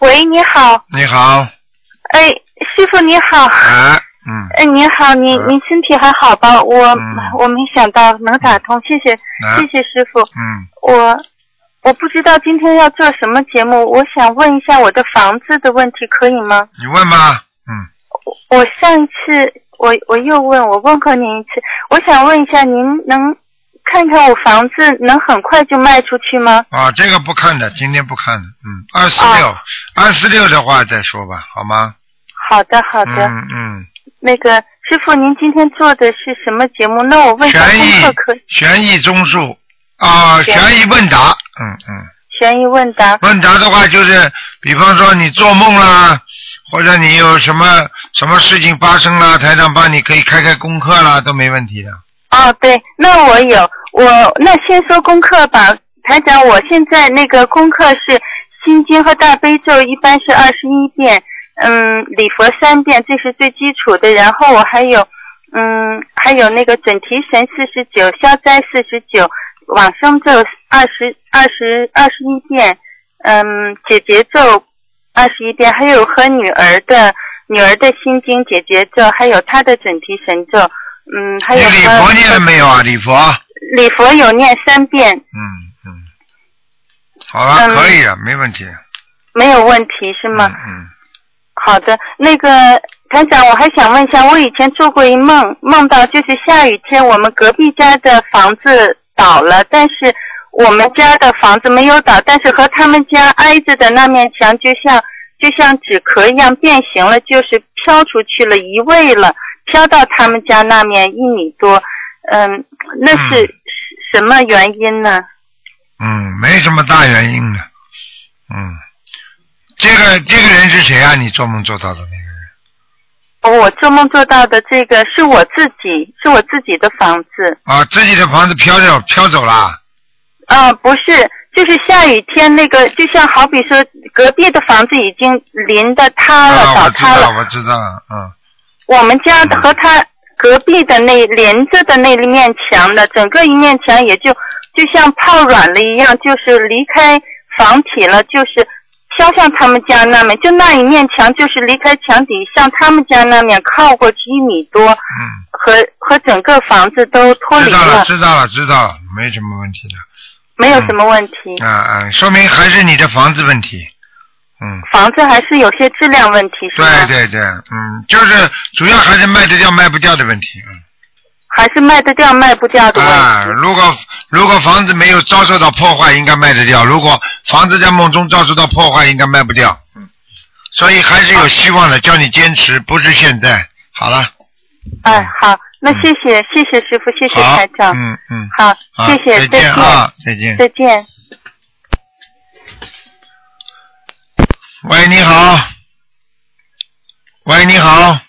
喂，你好，你好，哎，师傅你好，哎，嗯，哎，你好，您您身体还好吧？我、我没想到能打通，谢谢、啊谢谢师傅，嗯，我我不知道今天要做什么节目，我想问一下我的房子的问题，可以吗？你问吧，我上一次我我又问，我问过您一次，我想问一下您能看看我房子能很快就卖出去吗？啊，这个不看的，今天不看的，嗯，二四哦六，二四六的话再说吧，好吗？好的好的，嗯嗯，那个师傅您今天做的是什么节目？那我问一下悬疑功课可以悬疑综述，啊，悬疑问答，嗯嗯。悬疑问答。问答的话，就是比方说你做梦啦，或者你有什么什么事情发生啦，台长帮你可以开开功课啦，都没问题的。哦，对，那我有我那先说功课吧，台长，我现在那个功课是心经和大悲咒，一般是二十一遍，嗯，礼佛三遍，这是最基础的。然后我还有，嗯，还有那个准提神四十九，消灾四十九，往生咒二十二十二十一遍，嗯，解结咒二十一遍，还有和女儿的女儿的心经解结咒，还有她的准提神咒，嗯，还你有礼和佛念了没有啊？礼佛，礼佛有念三遍，嗯嗯，好了，嗯可以了，没问题。没有问题是吗？嗯。好的，那个台长，我还想问一下，我以前做过一梦，梦到就是下雨天，我们隔壁家的房子倒了，但是我们家的房子没有倒，但是和他们家挨着的那面墙就像就像纸壳一样变形了，就是飘出去了，移位了，飘到他们家那面一米多。嗯，那是是什么原因呢？嗯，没什么大原因的。嗯，这个这个人是谁啊？你做梦做到的那个？哦我做梦做到的这个是我自己，是我自己的房子。啊，自己的房子飘走飘走了。啊，不是，就是下雨天那个，就像好比说隔壁的房子已经临的塌了，啊，我嗯倒知塌了。道，我知道了，嗯。我们家和他隔壁的那连着的那一面墙的，整个一面墙也就就像泡软了一样，就是离开房体了，就是飘向他们家那面，就那一面墙就是离开墙底向他们家那面靠过去一米多，嗯和和整个房子都脱知离道了，了，知道了，知道了，没什么问题的。没有什么问题。啊啊，说明还是你的房子问题。嗯，房子还是有些质量问题，是对吗？对对，嗯，就是主要还是卖得掉卖不掉的问题。还是卖得掉卖不掉的问题。啊，如果如果房子没有遭受到破坏，应该卖得掉；如果房子在梦中遭受到破坏，应该卖不掉。嗯，所以还是有希望的，叫你坚持，不是现在。好了，哎，好，那谢谢、谢谢师傅，谢谢嗯好台长。嗯嗯，好，好谢谢，再见见啊，再见。再见。喂，你好。喂，你好。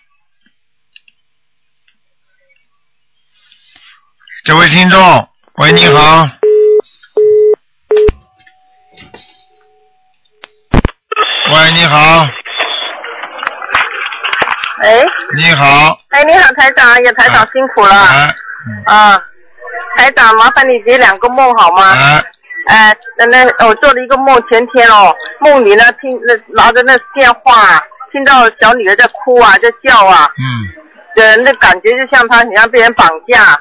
这位听众，喂，你好。喂，你好，哎，你好，哎，你好，台长，哎呀，台长辛苦了。啊台长，麻烦你解两个梦好吗？啊。哎，那那我做了一个梦，前天哦，梦里呢听那拿着那电话，听到小女儿在哭啊，在叫啊，嗯，呃，那感觉就像她很像被人绑架。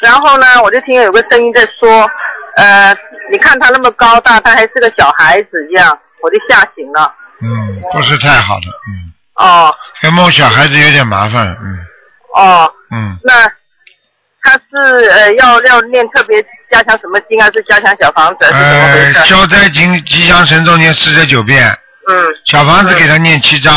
然后呢，我就听有个声音在说，呃，你看她那么高大，她还是个小孩子一样，我就吓醒了。嗯，不是太好的，嗯，哦这梦小孩子有点麻烦，嗯哦，嗯，那他是呃要要念特别加强什么经，啊还是加强小房子？还是怎么回呃，事？消灾吉吉祥神咒念四十九遍，嗯，小房子给他念七章，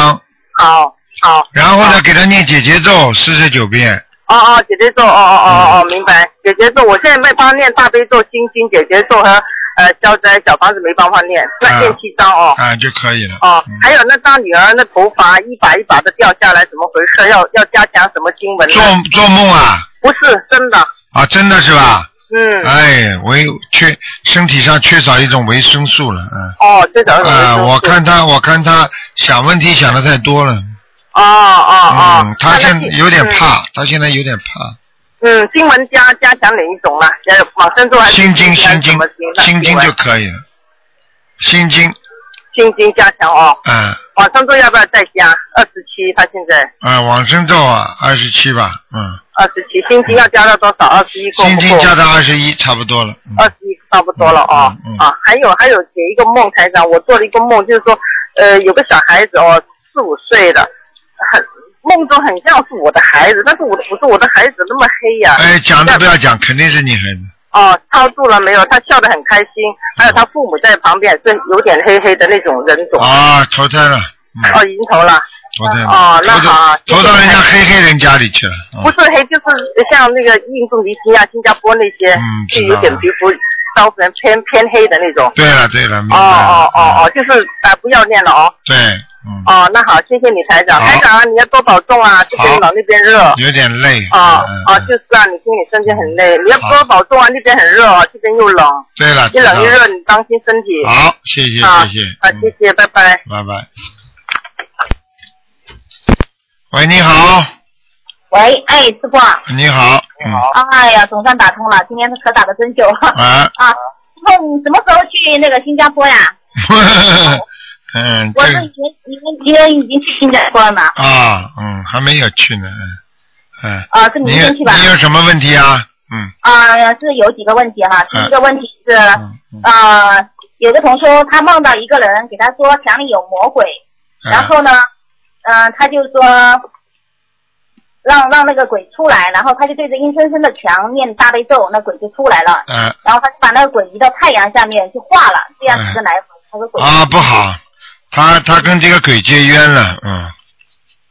好，好。然后呢，给他念姐姐咒四十九遍，哦哦，姐姐咒，哦哦哦嗯哦哦，明白。姐姐咒，我现在没帮他念大悲咒、心经、姐姐咒和呃消灾小房子没帮他念，那念七张哦。啊就可以了。哦，还有那大女儿那头发一把一把的掉下来，怎么回事？要要加强什么经文呢？做做梦啊不是真的，啊，真的是吧？嗯，哎，维缺身体上缺少一种维生素了，嗯。哦，这种啊，我看他，我看他想问题想的太多了。哦哦哦，嗯，他现那有点嗯怕，他现在有点怕。嗯，经文加加强哪一种啦？呃，往生咒还是心经，心还是什经么，呢心经就可以了。心经，心经加强哦。啊往生咒要不要再加？二十七，他现在啊，往生咒啊，二十七吧，嗯，二十七，心经要加到多少？二十一够不心够？经呃加到二十嗯一差不多了。嗯二十一差不多了哦。啊，还有还有，解一个梦，台长，我做了一个梦，就是说，呃，有个小孩子哦，四五岁的，很梦中很像是我的孩子，但是我不是我的孩子那么黑呀、哎，讲都不要讲，肯定是你孩子。哦，超度了没有？他笑得很开心，还有他父母在旁边是有点黑黑的那种人种。啊，投胎了，哦，已经投了，投胎了。哦那投到好啊谢谢投到人家黑黑人家里去了。嗯不是黑，就是像那个印度尼西亚、新加坡那些，嗯就知道有点了皮肤烧成偏偏黑的那种。对了对了，明哦白了嗯哦哦哦，就是啊、呃不要念了哦。对，哦，那好，谢谢你台长，嗯好嗯台长啊，你要多保重啊，这边老那边热。有点累。啊嗯啊，就是啊，你心里身体很累，你要多保重啊，那边很热啊，这边又冷，对了，一冷嗯啊一知道热，你当心身体。好，谢谢啊谢谢，啊，谢谢，拜拜。拜拜。喂，你好，喂，哎，师傅啊，你好，嗯你 *laughs* 好，哦哎呀，总算打通了，今天可打的真久啊，啊！师傅，你什么时候去那个新加坡呀？嗯，我这是个已经已经已经已经去新加坡了嘛？啊，嗯，还没有去呢，嗯，嗯啊是明你天去吧你有什么问题啊？嗯，啊、是有几个问题哈。第一个问题是，嗯呃，有个同修他梦到一个人给他说墙里有魔鬼，然后呢，嗯、他就说让让那个鬼出来，然后他就对着阴森森的墙念大悲咒，那鬼就出来了。嗯然后他就把那个鬼移到太阳下面去化了，这样子就来回。他说鬼哎啊，不好，他他跟这个鬼结冤了，嗯，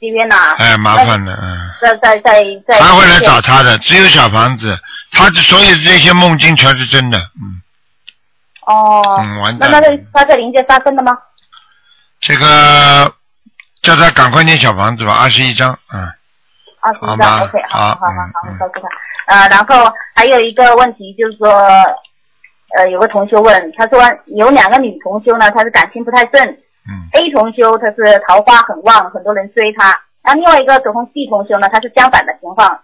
这边呐，哎，麻烦了，嗯。在在在在还会来找他的，只有小房子，他所有这些梦境全是真的，嗯哦，嗯，完那蛋那了，个他在临界杀生的吗？这个叫他赶快念小房子吧，二十一章，嗯，二十好一吗张，OK，？好好，嗯好好，好，告诉他。呃，然后还有一个问题就是说，呃，有个同修问，他说有两个女同修呢，她是感情不太正。嗯。 A 同修她是桃花很旺，很多人追她，然后另外一个同 B 同修呢，她是相反的情况，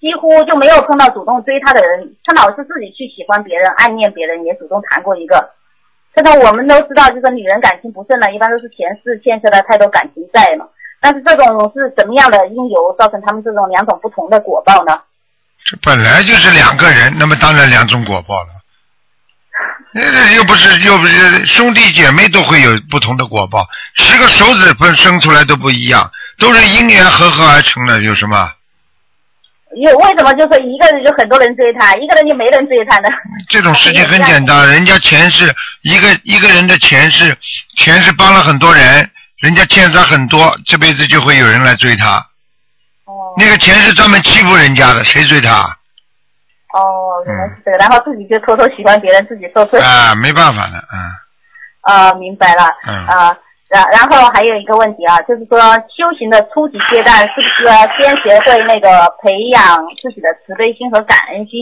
几乎就没有碰到主动追她的人，她老是自己去喜欢别人、暗恋别人，也主动谈过一个。这个我们都知道，就是女人感情不正呢，一般都是前世欠下的太多感情债了。但是这种是怎么样的因由造成他们这种两种不同的果报呢？这本来就是两个人，那么当然两种果报了。那又不是又不是兄弟姐妹都会有不同的果报，十个手指分生出来都不一样，都是因缘合合而成的，有什么？因为为什么就是一个人就很多人追他，一个人就没人追他呢？ *laughs* 这种哎事情很简单，人家前世一个一个人的前世，前世帮了很多人，人家欠他很多，这辈子就会有人来追他。那个前世专门欺负人家的，谁追他？嗯哦，原来是这个，然后自己就偷偷喜欢别人，自己受罪。啊，没办法的，啊，啊，明白了。嗯啊，然然后还有一个问题啊，就是说修行的初级阶段是不是要先学会那个培养自己的慈悲心和感恩心？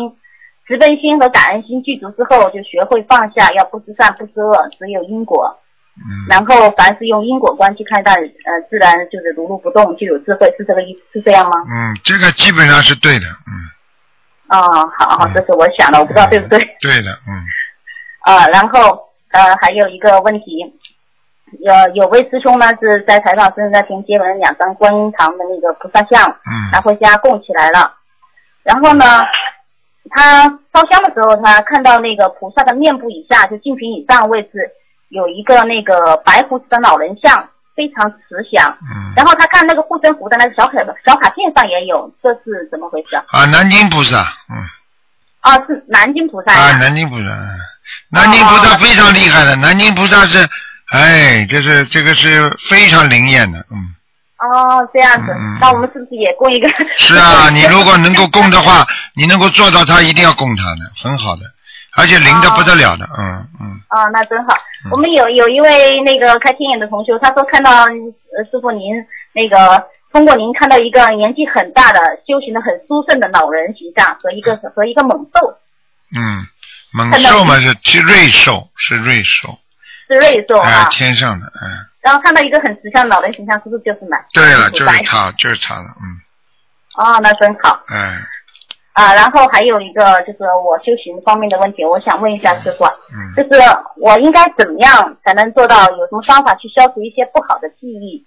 慈悲心和感恩心具足之后，就学会放下，要不知善不知恶，只有因果。嗯然后凡是用因果观去看待，呃，自然就是如如不动，就有智慧，是这个意是这样吗？嗯，这个基本上是对的，嗯，啊、好好，这是我想的，我不知道对不对。对的，嗯，啊，然后呃还有一个问题，有有位师兄呢是在台上身上前接了两张观音堂的那个菩萨像，嗯拿回家供起来了。然后呢，他烧香的时候，他看到那个菩萨的面部以下，就净瓶以上位置有一个那个白胡子的老人像，非常慈祥。嗯、然后他看那个护身符的那个小卡小卡片上也有，这是怎么回事啊？啊，南京菩萨，嗯，啊，是南京菩萨呀、哦啊，南京菩萨，嗯南京菩萨非常厉害的，南京菩萨是，哎，这是这个是非常灵验的，嗯。哦，这样子，嗯嗯那我们是不是也供一个？是 *laughs* 啊，你如果能够供的话，你能够做到他，一定要供他的，很好的，而且灵的不得了的，嗯嗯，啊，那真好。我们有有一位那个开天眼的同学，他说看到呃师傅您那个通过您看到一个年纪很大的修行的很殊胜的老人形象和一个和一个猛兽嗯，猛看到兽嘛你是是瑞兽，是瑞兽，是瑞兽哎、啊，天上的，嗯、然后看到一个很慈祥的老人形象，是不是就是满？对了，明就白是他，就是他了，嗯，哦，那真好哎，啊。然后还有一个就是我修行方面的问题，我想问一下师傅啊，嗯就是我应该怎么样才能做到？有什么方法去消除一些不好的记忆？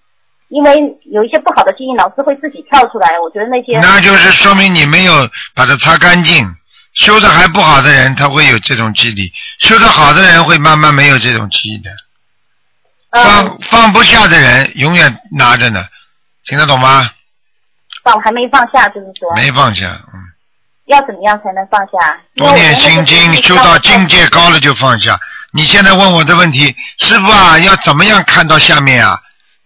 因为有一些不好的记忆，老是会自己跳出来。我觉得那些那就是说明你没有把它擦干净。修的还不好的人，他会有这种记忆；修的好的人，会慢慢没有这种记忆的。嗯放放不下的人，永远拿着呢，听得懂吗？放还没放下，就是说没放下，嗯。要怎么样才能放下？多念心经，修到境界高了就放下。你现在问我的问题，师傅啊，要怎么样看到下面啊？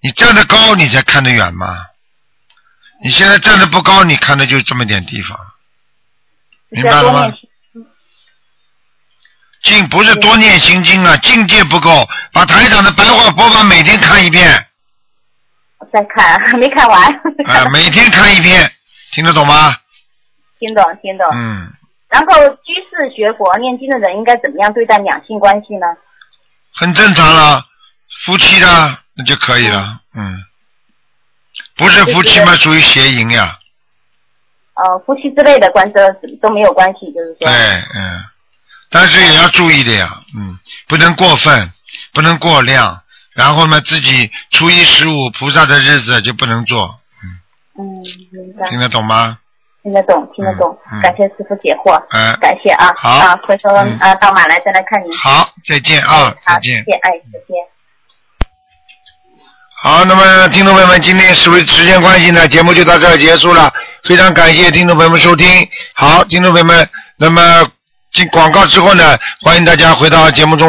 你站得高，你才看得远嘛。你现在站得不高，你看的就这么点地方，明白了吗？记境不是多念心经啊，境界不够，把台长的白话佛法每天看一遍，我再看， *laughs* 没看完，啊、每天看一遍，听得懂吗？听懂听懂。嗯，然后居士学佛念经的人应该怎么样对待两性关系呢？很正常了，夫妻的那就可以了，嗯，不是夫妻嘛，属于邪淫呀，呃，夫妻之类的关系都没有关系，就是说，哎嗯，但是也要注意的呀，嗯，不能过分，不能过量，然后呢，自己初一十五菩萨的日子就不能做，嗯，明白，听得懂吗？听得懂，听得懂。嗯感谢师傅解惑，嗯感谢啊，好啊，回头嗯啊到马来再来看您。好，再见啊，再好，见谢。谢，哎，再见。好，那么听众朋友们，今天是为时间关系呢，节目就到这儿结束了。非常感谢听众朋友们收听。好，听众朋友们，那么进广告之后呢，欢迎大家回到节目中。